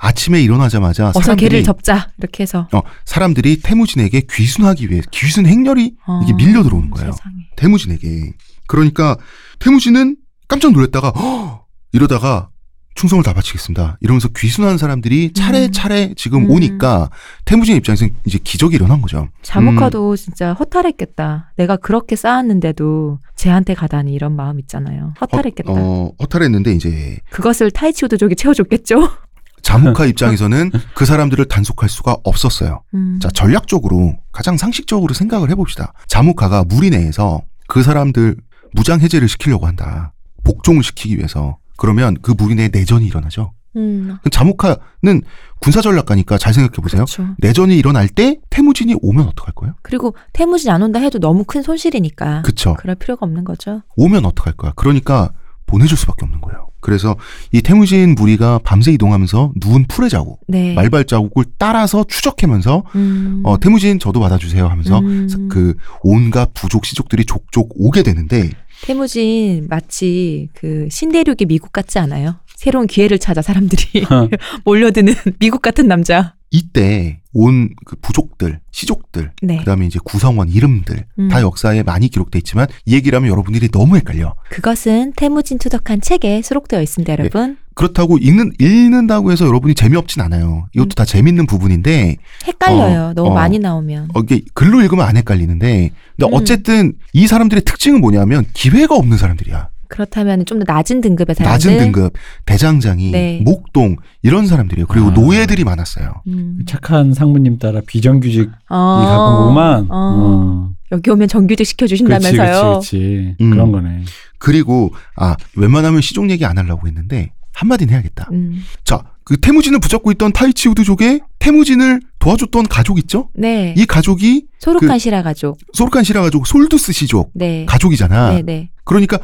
S1: 아침에 일어나자마자
S2: 어서
S1: 사람들이
S2: 개를 접자 이렇게 해서
S1: 어, 사람들이 태무진에게 귀순하기 위해 귀순 행렬이
S2: 어.
S1: 이게 밀려 들어오는 거예요.
S2: 세상에.
S1: 태무진에게. 그러니까 태무진은 깜짝 놀랐다가 "허! 이러다가 충성을 다 바치겠습니다. 이러면서 귀순한 사람들이 차례차례 지금
S2: 음.
S1: 오니까 태무진 입장에서 이제 기적이 일어난 거죠. 음.
S2: 자모카도 진짜 허탈했겠다. 내가 그렇게 쌓았는데도 쟤한테 가다니 이런 마음 있잖아요. 허탈했겠다.
S1: 어, 허탈했는데 이제
S2: 그것을 타이치오도족이 채워줬겠죠.
S1: 자무카 입장에서는 그 사람들을 단속할 수가 없었어요.
S2: 음.
S1: 자, 전략적으로 가장 상식적으로 생각을 해봅시다. 자무카가 무리 내에서 그 사람들 무장 해제를 시키려고 한다. 복종을 시키기 위해서. 그러면 그 무리 내에 내전이 일어나죠.
S2: 음.
S1: 그럼 자무카는 군사 전략가니까 잘 생각해 보세요.
S2: 그렇죠.
S1: 내전이 일어날 때 태무진이 오면 어떡할 거예요?
S2: 그리고 태무진 안 온다 해도 너무 큰 손실이니까.
S1: 그쵸.
S2: 아, 그럴 필요가 없는 거죠.
S1: 오면 어떡할 거야. 그러니까 보내줄 수밖에 없는 거예요. 그래서 이 태무진 무리가 밤새 이동하면서 누운 풀에 자국,
S2: 네.
S1: 말발 자국을 따라서 추적하면서
S2: 음.
S1: 어, 태무진 저도 받아주세요 하면서
S2: 음.
S1: 그 온갖 부족 시족들이 족족 오게 되는데
S2: 태무진 마치 그 신대륙의 미국 같지 않아요? 새로운 기회를 찾아 사람들이 몰려드는 미국 같은 남자.
S1: 이때 온 그 부족들, 시족들,
S2: 네.
S1: 그다음에 이제 구성원 이름들
S2: 음.
S1: 다 역사에 많이 기록돼 있지만 이 얘기라면 여러분들이 너무 헷갈려.
S2: 그것은 태무진 투덕한 책에 수록되어 있습니다, 여러분.
S1: 그렇다고 읽는 읽는다고 해서 여러분이 재미없진 않아요. 이것도
S2: 음.
S1: 다 재밌는 부분인데
S2: 헷갈려요.
S1: 어,
S2: 너무
S1: 어.
S2: 많이 나오면.
S1: 어, 이게 글로 읽으면 안 헷갈리는데 근데
S2: 음.
S1: 어쨌든 이 사람들의 특징은 뭐냐면 기회가 없는 사람들이야.
S2: 그렇다면 좀 더 낮은 등급의 사람들.
S1: 낮은 등급, 대장장이,
S2: 아, 네.
S1: 목동 이런 사람들이에요. 그리고
S3: 아.
S1: 노예들이 많았어요.
S2: 음.
S3: 착한 상무님 따라 비정규직이
S2: 어.
S3: 갖고 거구만.
S2: 어.
S3: 어.
S2: 여기 오면 정규직
S3: 그렇지,
S2: 시켜주신다면서요.
S3: 그렇지, 그렇지.
S1: 음.
S3: 그런 거네.
S1: 그리고 아 웬만하면 시종 얘기 안 하려고 했는데 한마디는 해야겠다.
S2: 음.
S1: 자, 그 태무진을 붙잡고 있던 타이치우드족의 태무진을 도와줬던 가족 있죠?
S2: 네.
S1: 이 가족이
S2: 소록한
S1: 그-
S2: 시라 가족.
S1: 소르칸시라 가족 솔두스 시족
S2: 네.
S1: 가족이잖아.
S2: 네, 네.
S1: 그러니까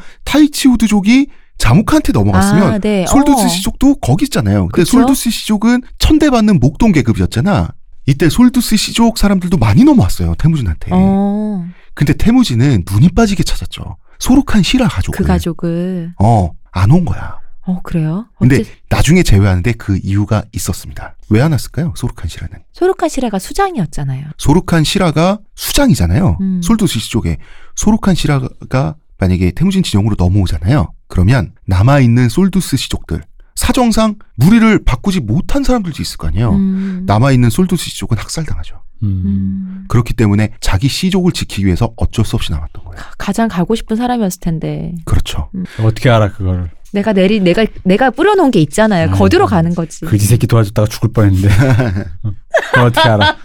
S1: 타이치우드족이 자무카한테 넘어갔으면
S2: 아, 네.
S1: 뭐 솔두스
S2: 어.
S1: 시족도 거기 있잖아요. 근데
S2: 그쵸?
S1: 솔두스 시족은 천대받는 목동 계급이었잖아. 이때 솔두스 시족 사람들도 많이 넘어왔어요 태무진한테.
S2: 어.
S1: 근데 태무진은 눈이 빠지게 찾았죠. 소르칸 시라 가족을.
S2: 그 가족을.
S1: 어안 온 거야.
S2: 어, 그래요?
S1: 근데
S2: 어째-
S1: 나중에 제외하는데 그 이유가 있었습니다. 왜 안 왔을까요? 소르칸 시라는.
S2: 소록한 시라가 수장이었잖아요.
S1: 소르칸 시라가 수장이잖아요.
S2: 음.
S1: 솔두시시 쪽에 소르칸 시라가 만약에 태무진 진영으로 넘어오잖아요. 그러면 남아있는 솔두스 시족들 사정상 무리를 바꾸지 못한 사람들도 있을 거 아니에요.
S2: 음.
S1: 남아있는 솔두스 시족은 학살당하죠.
S3: 음.
S2: 음.
S1: 그렇기 때문에 자기 시족을 지키기 위해서 어쩔 수 없이 남았던 거예요.
S2: 가장 가고 싶은 사람이었을 텐데
S1: 그렇죠.
S3: 어떻게 알아 그거를?
S2: 내가 내리 내가 내가 뿌려놓은 게 있잖아요.
S3: 아이고.
S2: 거들어 가는 거지.
S3: 그지 새끼 도와줬다가 죽을 뻔했는데. 어, 그거 어떻게 알아?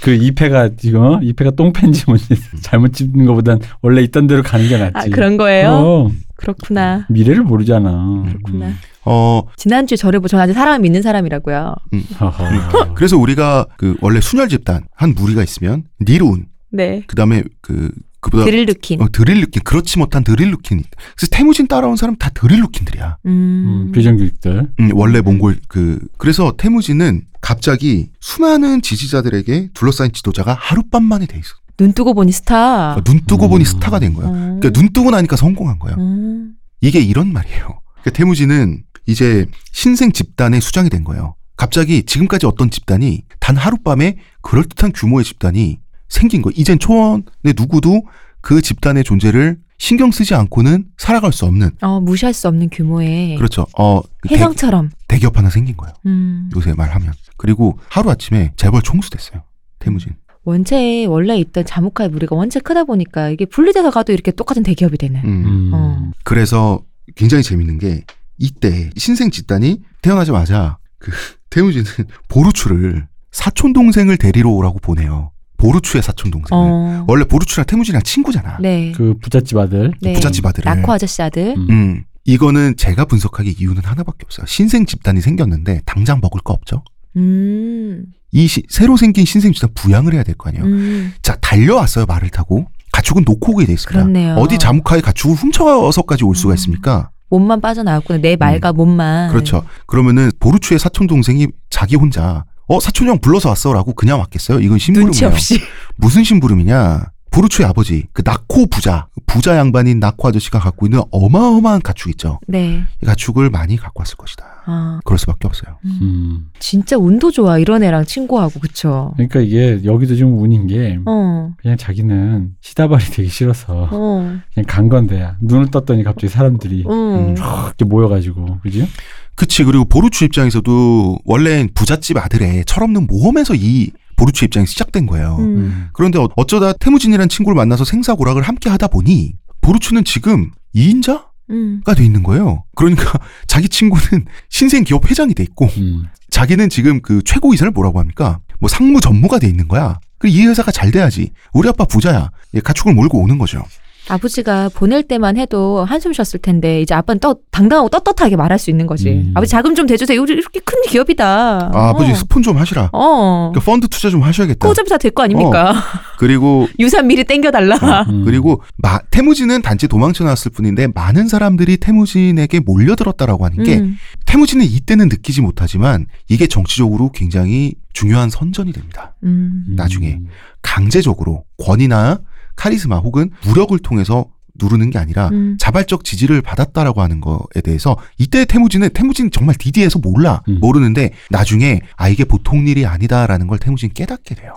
S3: 그 이패가 지금 어? 이패가 똥팬지 뭔지 잘못 짚는 것보단 원래 있던 대로 가는 게 낫지.
S2: 아 그런 거예요?
S3: 어,
S2: 그렇구나.
S3: 미래를 모르잖아.
S2: 그렇구나.
S3: 음.
S1: 어,
S2: 지난주 에 저를 보저 아직 사람 믿는 사람이라고요.
S3: 허허.
S1: 그래서 우리가 그 원래 순혈 집단 한 무리가 있으면 니룬
S2: 네.
S1: 그다음에 그 그보다
S2: 드릴루킨.
S1: 어, 드릴루킨 그렇지 못한 드릴루킨. 그래서 태무진 따라온 사람 다 드릴루킨들이야.
S3: 음,
S2: 음.
S3: 비정규직들.
S1: 음, 원래 몽골 그 그래서 태무진은 갑자기 수많은 지지자들에게 둘러싸인 지도자가 하룻밤 만에 돼 있어.
S2: 눈 뜨고 보니 스타.
S1: 그러니까 눈 뜨고
S3: 음.
S1: 보니 스타가 된 거야.
S2: 음.
S1: 그러니까 눈 뜨고 나니까 성공한 거야.
S2: 음.
S1: 이게 이런 말이에요. 그러니까 태무진은 이제 신생 집단의 수장이 된 거예요. 갑자기 지금까지 어떤 집단이 단 하룻밤에 그럴듯한 규모의 집단이 생긴 거. 이젠 초원의 누구도 그 집단의 존재를 신경 쓰지 않고는 살아갈 수 없는.
S2: 어, 무시할 수 없는 규모의
S1: 그렇죠. 어, 그 대-
S2: 네. 해성처럼.
S1: 대기업 하나 생긴 거예요.
S2: 음.
S1: 요새 말하면. 그리고 하루아침에 재벌 총수됐어요. 태무진.
S2: 원체 원래 있던 자무카의 무리가 원체 크다 보니까 이게 분리돼서 가도 이렇게 똑같은 대기업이 되는.
S1: 음.
S3: 음.
S2: 어.
S1: 그래서 굉장히 재밌는 게 이때 신생 집단이 태어나자마자 그 태무진은 보루추를 사촌 동생을 데리러 오라고 보내요. 보루추의 사촌 동생을.
S2: 어.
S1: 원래 보루추랑 태무진이랑 친구잖아.
S2: 네.
S3: 그 부잣집 아들.
S2: 네.
S1: 부잣집 아들을.
S2: 낙호 아저씨 아들.
S3: 음.
S1: 음. 이거는 제가 분석하기 이유는 하나밖에 없어요. 신생 집단이 생겼는데 당장 먹을 거 없죠.
S2: 음.
S1: 이 시- 새로 생긴 신생 집단 부양을 해야 될 거 아니에요.
S2: 음.
S1: 자 달려왔어요 말을 타고 가축은 놓고 오게 돼 있습니다.
S2: 그렇네요.
S1: 어디 자무카의 가축을 훔쳐서까지 올 수가
S2: 음. 네.
S1: 있습니까?
S2: 몸만 빠져나왔구나. 내 말과 몸만.
S1: 그렇죠. 그러면은 보루추의 사촌 동생이 자기 혼자 어 사촌 형 불러서 왔어라고 그냥 왔겠어요? 이건
S2: 눈치
S1: 심부름이에요.
S2: 없이.
S1: 무슨 심부름이냐? 보루추의 아버지 그 낙호 부자 부자 양반인 낙호 아저씨가 갖고 있는 어마어마한 가축 있죠.
S2: 네.
S1: 이 가축을 많이 갖고 왔을 것이다.
S2: 아,
S1: 그럴 수밖에 없어요.
S3: 음.
S2: 진짜 운도 좋아. 이런 애랑 친구하고 그쵸.
S3: 그러니까 이게 여기도 좀 운인 게
S1: 음.
S2: 어.
S3: 그냥 자기는 시다발이 되기 싫어서
S2: 어.
S3: 그냥 간 건데 눈을 떴더니 갑자기 사람들이
S2: 음.
S3: 이렇게 모여가지고 그지?
S1: 그치 그리고 보루추 입장에서도 원래 부잣집 아들의 철없는 모험에서 이 보루추 입장이 시작된 거예요.
S2: 음.
S3: 음.
S1: 그런데 어- 어쩌다 태무진이라는 친구를 만나서 생사고락을 함께 하다 보니 보루추는 지금 2인자가
S2: 음.
S1: 돼 있는 거예요. 그러니까 자기 친구는 신생 기업 회장이 돼 있고
S3: 음.
S1: 자기는 지금 그 최고 이사를 뭐라고 합니까? 뭐 상무 전무가 돼 있는 거야. 그리고 이 회사가 잘 돼야지. 우리 아빠 부자야. 예, 가축을 몰고 오는 거죠.
S2: 아버지가 보낼 때만 해도 한숨 쉬었을 텐데 이제 아빠는 떠, 당당하고 떳떳하게 말할 수 있는 거지.
S3: 음.
S2: 아버지 자금 좀 대주세요. 우리 이렇게 큰 기업이다.
S1: 아, 버지
S2: 어.
S1: 스폰 좀 하시라.
S2: 어.
S1: 그러니까 펀드 투자 좀 하셔야겠다.
S2: 그 어차피 다 될 거 아닙니까?
S1: 그리고
S2: 유산 미리
S1: 아,
S2: 땡겨달라.
S3: 음.
S1: 그리고 마- 태무진은 단지 도망쳐 나왔을 뿐인데 많은 사람들이 태무진에게 몰려들었다라고 하는 게
S2: 음.
S1: 태무진은 이때는 느끼지 못하지만 이게 정치적으로 굉장히 중요한 선전이 됩니다.
S2: 음.
S1: 나중에.
S3: 음.
S1: 강제적으로 권위나 카리스마 혹은 무력을 통해서 누르는 게 아니라
S2: 음.
S1: 자발적 지지를 받았다라고 하는 거에 대해서 이때 태무진은 태무진 정말 디디해서 몰라
S3: 음.
S1: 모르는데 나중에 아 이게 보통 일이 아니다라는 걸 태무진 깨닫게 돼요.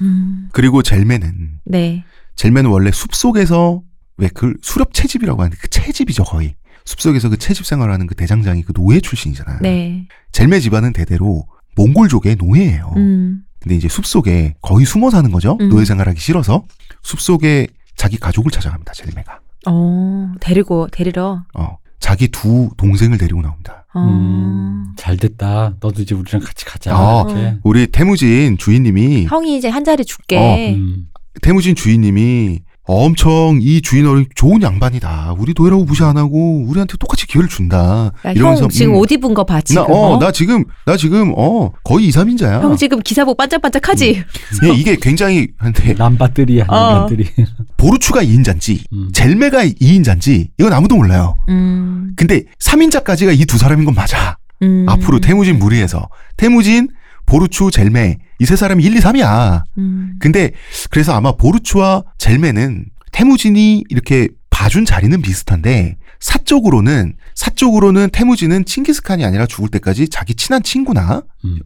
S2: 음.
S1: 그리고 젤메는
S2: 네.
S1: 젤메는 원래 숲 속에서 왜 그 수렵 채집이라고 하는데 그 채집이죠 거의 숲 속에서 그 채집 생활하는 그 대장장이 그 노예 출신이잖아요.
S2: 네.
S1: 젤메 집안은 대대로 몽골족의 노예예요.
S2: 음.
S1: 근데 이제 숲 속에 거의 숨어 사는 거죠.
S2: 음.
S1: 노예 생활하기 싫어서 숲 속에 자기 가족을 찾아갑니다. 젤메가
S2: 어. 데리고 데리러.
S1: 어 자기 두 동생을 데리고 나옵니다.
S2: 어.
S3: 음. 잘 됐다. 너도 이제 우리랑 같이 가자.
S1: 아.
S2: 어.
S3: 이렇게.
S1: 우리 태무진 주인님이
S2: 형이 이제 한 자리 줄게.
S1: 어,
S3: 음.
S1: 태무진 주인님이 엄청 이 주인 어른 좋은 양반이다. 우리 도이라고 무시 안 하고 우리한테 똑같이 기회를 준다.
S2: 야,
S1: 이러면서
S2: 형 지금
S1: 음,
S2: 옷 입은 거 봐, 지금.
S1: 나, 어,
S2: 어?
S1: 나 지금 나 지금 어 거의 2, 3인자야. 예,
S2: 형 지금 기사복 뭐 반짝반짝하지?
S1: 이게 굉장히 근데
S3: 남바뜨리야.
S2: 어.
S3: 남바뜨리.
S1: 보르추가 2인자인지
S3: 음.
S1: 젤메가 2인자인지 이건 아무도 몰라요.
S2: 음.
S1: 근데 3인자까지가 이 두 사람인 건 맞아.
S2: 음.
S1: 앞으로 태무진 무리해서 태무진 보르추 젤메 이 세 사람이 1, 2, 3이야.
S2: 음.
S1: 근데 그래서 아마 보르추와 젤메는 태무진이 이렇게 봐준 자리는 비슷한데 사적으로는 사적으로는 태무진은 칭기스칸이 아니라 죽을 때까지 자기 친한 친구나
S3: 음.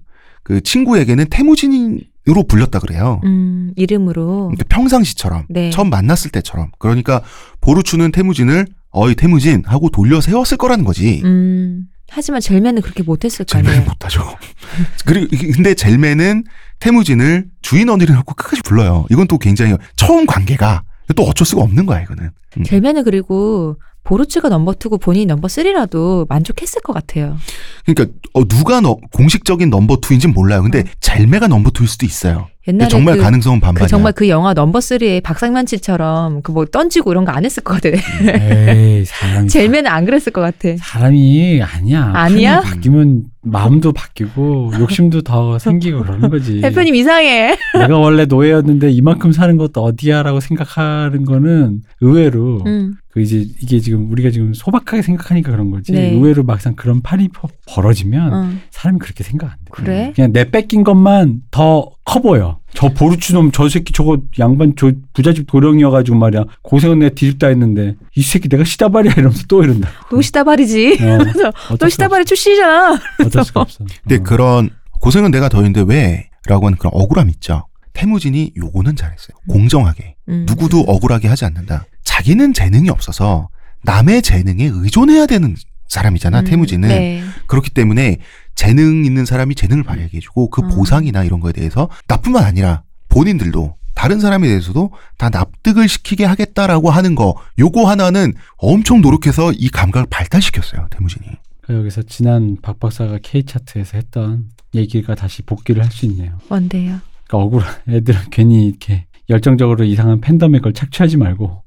S1: 그 친구에게는 태무진으로 불렸다 그래요.
S2: 음. 이름으로.
S1: 그러니까 평상시처럼
S2: 네.
S1: 처음 만났을 때처럼 그러니까 보르추는 태무진을 어이 태무진 하고 돌려 세웠을 거라는 거지.
S2: 음. 하지만 젤맨은 그렇게 못했을 거
S1: 젤메는
S2: 아니에요.
S1: 못하죠. 그리고 이- 근데 젤메는 태무진을 주인 언니라고 끝까지 불러요. 이건 또 굉장히 처음 관계가 또 어쩔 수가 없는 거야 이거는. 음.
S2: 젤맨은 그리고 보르츠가 넘버 2고 본인이 넘버 3라도 만족했을 것 같아요.
S1: 그러니까 어, 누가 너- 공식적인 넘버 투인지는 몰라요. 근데
S2: 어.
S1: 젤메가 넘버 투일 수도 있어요.
S2: 옛날에
S1: 네, 정말
S2: 그,
S1: 가능성은
S2: 그
S1: 반반이야.
S2: 정말 그 영화 넘버 3의 박상만치처럼 그 뭐 던지고 이런 거 안 했을 것 같아.
S3: 에이, 사람이.
S1: 음.
S2: 젤맨은 안 그랬을 것 같아.
S1: 예.
S3: 사람이 아니야.
S2: 아니야?
S3: 사람이 바뀌면 마음도 바뀌고 욕심도 더 생기고 그러는 거지.
S2: 대표님
S1: 어.
S2: 이상해.
S3: 내가 원래 노예였는데 이만큼 사는 것도 어디야라고 생각하는 거는 의외로
S2: 음.
S3: 그 이제 이게 지금 우리가 지금 소박하게 생각하니까 그런 거지.
S2: 네.
S3: 의외로 막상 그런 판이 퍼-
S1: 음.
S3: 벌어지면
S2: 어.
S3: 사람이 그렇게 생각 안 돼. 음.
S2: 그래?
S3: 그냥 내 뺏긴 것만 더 커 보여. 저 보르치 놈, 저 새끼 저거 양반 저 부잣집 도령이어가지고 말이야. 고생은 내가 뒤집다 했는데 이 새끼 내가 시다발이야 이러면서 또 이런다.
S2: 또
S1: 네.
S2: 시다발이지.
S3: 어,
S2: 또
S3: 어쩔 수가
S2: 시다발의 출신이잖아.
S3: 없- 어쩔 수가 없어.
S1: 근데
S2: 음.
S3: 어.
S1: 네, 그런 고생은 내가 더 했는데 왜? 라고 하는 그런 억울함 있죠. 태무진이 요거는 잘했어요. 공정하게.
S2: 음.
S1: 누구도 억울하게 하지 않는다. 자기는 재능이 없어서 남의 재능에 의존해야 되는 사람이잖아,
S2: 음,
S1: 태무진은.
S2: 네.
S1: 그렇기 때문에 재능 있는 사람이 재능을 발휘해주고 그
S2: 음.
S1: 보상이나 이런 거에 대해서 나뿐만 아니라 본인들도 다른 사람에 대해서도 다 납득을 시키게 하겠다라고 하는 거 요거 하나는 엄청 노력해서 이 감각을 발달시켰어요 태무진이
S3: 그러니까 여기서 지난 박 박사가 K 차트에서 했던 얘기가 다시 복귀를 할 수 있네요.
S2: 뭔데요?
S3: 그러니까 억울한 애들은 괜히 이렇게 열정적으로 이상한 팬덤의 걸 착취하지 말고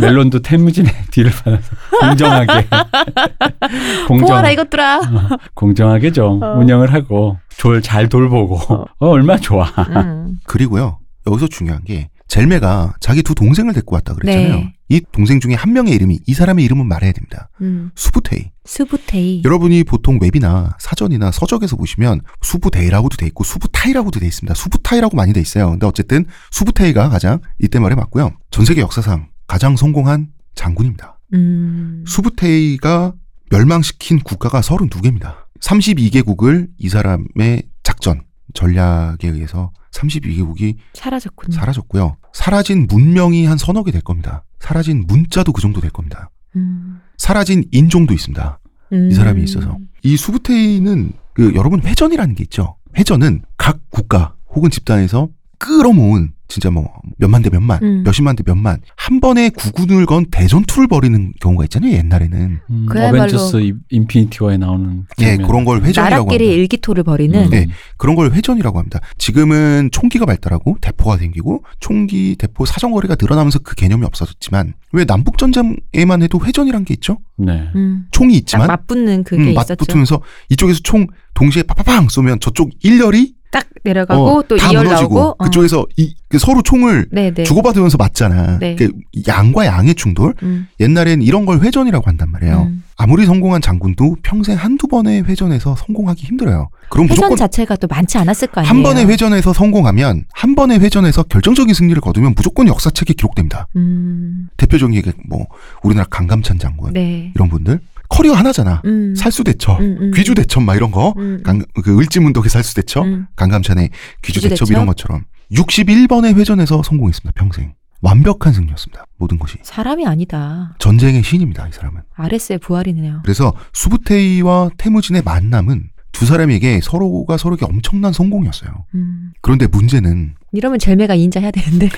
S3: 멜론도 태무진의 뒤를 받아서 공정하게
S2: 보아라
S3: 공정하게
S2: 이것들아.
S3: 어, 공정하게 좀
S2: 어.
S3: 운영을 하고 졸 잘 돌보고 어, 얼마나 좋아
S2: 음.
S1: 그리고요 여기서 중요한 게 젤메가 자기 두 동생을 데리고 왔다 그랬잖아요
S2: 네.
S1: 이 동생 중에 한 명의 이름이 이 사람의 이름은 말해야 됩니다
S2: 음.
S1: 수부테이
S2: 수부테이.
S1: 여러분이 보통 웹이나 사전이나 서적에서 보시면 수부대이라고도 돼 있고 수부타이라고도 돼 있습니다. 수부타이라고 많이 돼 있어요. 근데 어쨌든 수부테이가 가장 이때 말에 맞고요. 전 세계 역사상 가장 성공한 장군입니다.
S2: 음.
S1: 수부테이가 멸망시킨 국가가 32개입니다. 32개국을 이 사람의 작전, 전략에 의해서 32개국이
S2: 음. 사라졌군요.
S1: 사라졌고요. 사라진 문명이 한 서너 개 될 겁니다. 사라진 문자도 그 정도 될 겁니다.
S2: 음.
S1: 사라진 인종도 있습니다.
S2: 음.
S1: 이 사람이 있어서 이 수부테이는 그 여러분 회전이라는 게 있죠. 회전은 각 국가 혹은 집단에서 끌어모은 진짜 뭐 몇만 대 몇만,
S2: 음.
S1: 몇십만 대 몇만 한 번에 구군을 건 대전투를 벌이는 경우가 있잖아요. 옛날에는
S3: 음,
S2: 그야말로-
S3: 어벤져스 인- 인피니티워에 나오는
S1: 예
S3: 장면.
S1: 그런 걸 회전이라고
S2: 나라끼리
S1: 합니다.
S2: 일기토를 벌이는
S3: 음.
S1: 네. 그런 걸 회전이라고 합니다. 지금은 총기가 발달하고 대포가 생기고 총기 대포 사정거리가 늘어나면서 그 개념이 없어졌지만 왜 남북 전쟁에만 해도 회전이란 게 있죠?
S3: 네.
S2: 음.
S1: 총이
S2: 딱
S1: 있지만
S2: 맞붙는 그게
S1: 음,
S2: 있었죠.
S1: 맞붙으면서 이쪽에서 총 동시에 파파팡 쏘면 저쪽 일렬이
S2: 딱 내려가고
S1: 어,
S2: 또
S1: 다
S2: 이열
S1: 무너지고
S2: 나오고. 어.
S1: 그쪽에서 이, 그 서로 총을
S2: 네네.
S1: 주고받으면서 맞잖아.
S2: 네.
S1: 그 양과 양의 충돌.
S2: 음.
S1: 옛날엔 이런 걸 회전이라고 한단 말이에요.
S2: 음.
S1: 아무리 성공한 장군도 평생 한두 번의 회전에서 성공하기 힘들어요. 그럼
S2: 회전
S1: 무조건
S2: 자체가 또 많지 않았을 거 아니에요.
S1: 한 번의 회전에서 성공하면 한 번의 회전에서 결정적인 승리를 거두면 무조건 역사책에 기록됩니다.
S2: 음.
S1: 대표적인 게 뭐 우리나라 강감찬 장군
S2: 네.
S1: 이런 분들 커리어 하나잖아.
S2: 음.
S1: 살수대첩,
S2: 음, 음.
S1: 귀주대첩 막 이런 거.
S2: 음.
S1: 강, 그 을지문덕의 살수대첩
S2: 음.
S1: 강감찬의
S2: 귀주대첩?
S1: 귀주대첩 이런 것처럼 61번의 회전에서 성공했습니다. 평생 완벽한 승리였습니다. 모든 것이
S2: 사람이 아니다.
S1: 전쟁의 신입니다. 이 사람은.
S2: 아레스의 부활이네요.
S1: 그래서 수부테이와 태무진의 만남은 두 사람에게 서로가 서로에게 엄청난 성공이었어요.
S2: 음.
S1: 그런데 문제는
S2: 이러면 젤메가 인자해야 되는데.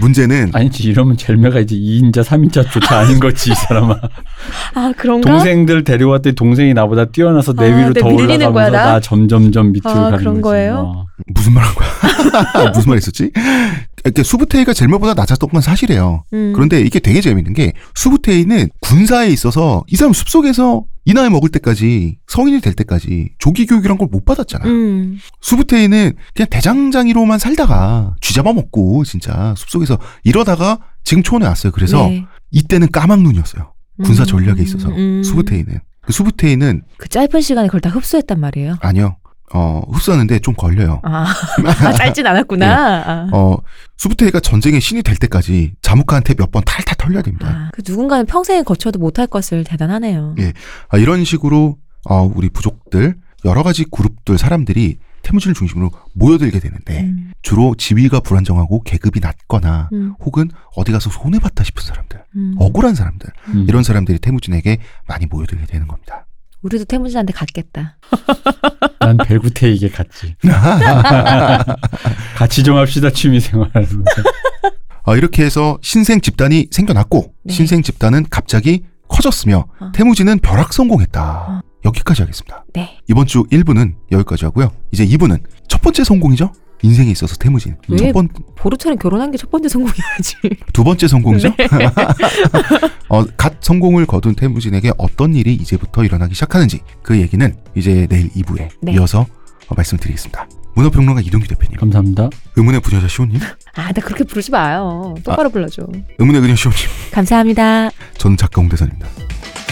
S1: 문제는
S3: 아니지 이러면 젤메가 이제 2인자 3인자조차 아닌 거지 이 사람아
S2: 아 그런가?
S3: 동생들 데려왔더니 동생이 나보다 뛰어나서 내
S2: 아,
S3: 위로
S2: 내
S3: 더
S2: 밀리는
S3: 올라가면서
S2: 거야, 나?
S3: 나? 점점점 밑으로
S2: 아,
S3: 가는
S2: 그런
S3: 거지
S2: 거예요?
S3: 어.
S1: 무슨 말 한 거야? 무슨 말 했었지? 이렇게 수부테이가 젤마보다 낮았던 건 사실이에요.
S2: 음.
S1: 그런데 이게 되게 재밌는 게 수부테이는 군사에 있어서 이 사람 숲속에서 이 나이 먹을 때까지 성인이 될 때까지 조기 교육이란 걸 못 받았잖아.
S2: 음.
S1: 수부테이는 그냥 대장장이로만 살다가 쥐잡아먹고 진짜 숲속에서 이러다가 지금 초원에 왔어요. 그래서
S2: 네.
S1: 이때는 까막눈이었어요. 군사
S2: 음.
S1: 전략에 있어서
S2: 음.
S1: 수부테이는 그 수부테이는
S2: 그 짧은 시간에 그걸 다 흡수했단 말이에요.
S1: 아니요 어 흡수하는데 좀 걸려요.
S2: 아, 아 짧진 않았구나. 아.
S1: 어 수부테이가 전쟁의 신이 될 때까지 자무카한테 몇 번 탈탈 털려야 됩니다.
S2: 아, 그 누군가는 평생에 거쳐도 못할 것을 대단하네요.
S1: 예. 아, 이런 식으로 어, 우리 부족들 여러 가지 그룹들 사람들이 태무진을 중심으로 모여들게 되는데
S2: 음.
S1: 주로 지위가 불안정하고 계급이 낮거나
S2: 음.
S1: 혹은 어디 가서 손해 봤다 싶은 사람들,
S2: 음.
S1: 억울한 사람들
S3: 음.
S1: 이런 사람들이 태무진에게 많이 모여들게 되는 겁니다.
S2: 우리도 태무진한테 갔겠다.
S3: 난 벨구테이게 같이 같이 좀 합시다 취미생활
S1: 아, 이렇게 해서 신생 집단이 생겨났고
S2: 네.
S1: 신생 집단은 갑자기 커졌으며
S2: 어.
S1: 태무진은 벼락
S2: 아.
S1: 성공했다. 여기까지 하겠습니다.
S2: 네.
S1: 이번 주 1부는 여기까지 하고요. 이제 2부는 첫 번째 성공이죠. 인생에 있어서 태무진
S2: 왜?
S1: 첫 번,
S2: 보르차랑 결혼한 게 첫 번째 성공이야지.
S1: 두 번째 성공이죠.
S2: 네.
S1: 어, 갓 성공을 거둔 태무진에게 어떤 일이 이제부터 일어나기 시작하는지 그 얘기는 이제 내일 2부에
S2: 네.
S1: 이어서 어, 말씀드리겠습니다. 문화평론가 이동규 대표님,
S3: 감사합니다.
S1: 의문의 부녀자 시호님,
S2: 아, 나 그렇게 부르지 마요. 똑바로 불러줘.
S1: 의문의 그녀 시호님,
S2: 감사합니다.
S1: 저는 작가 홍대선입니다.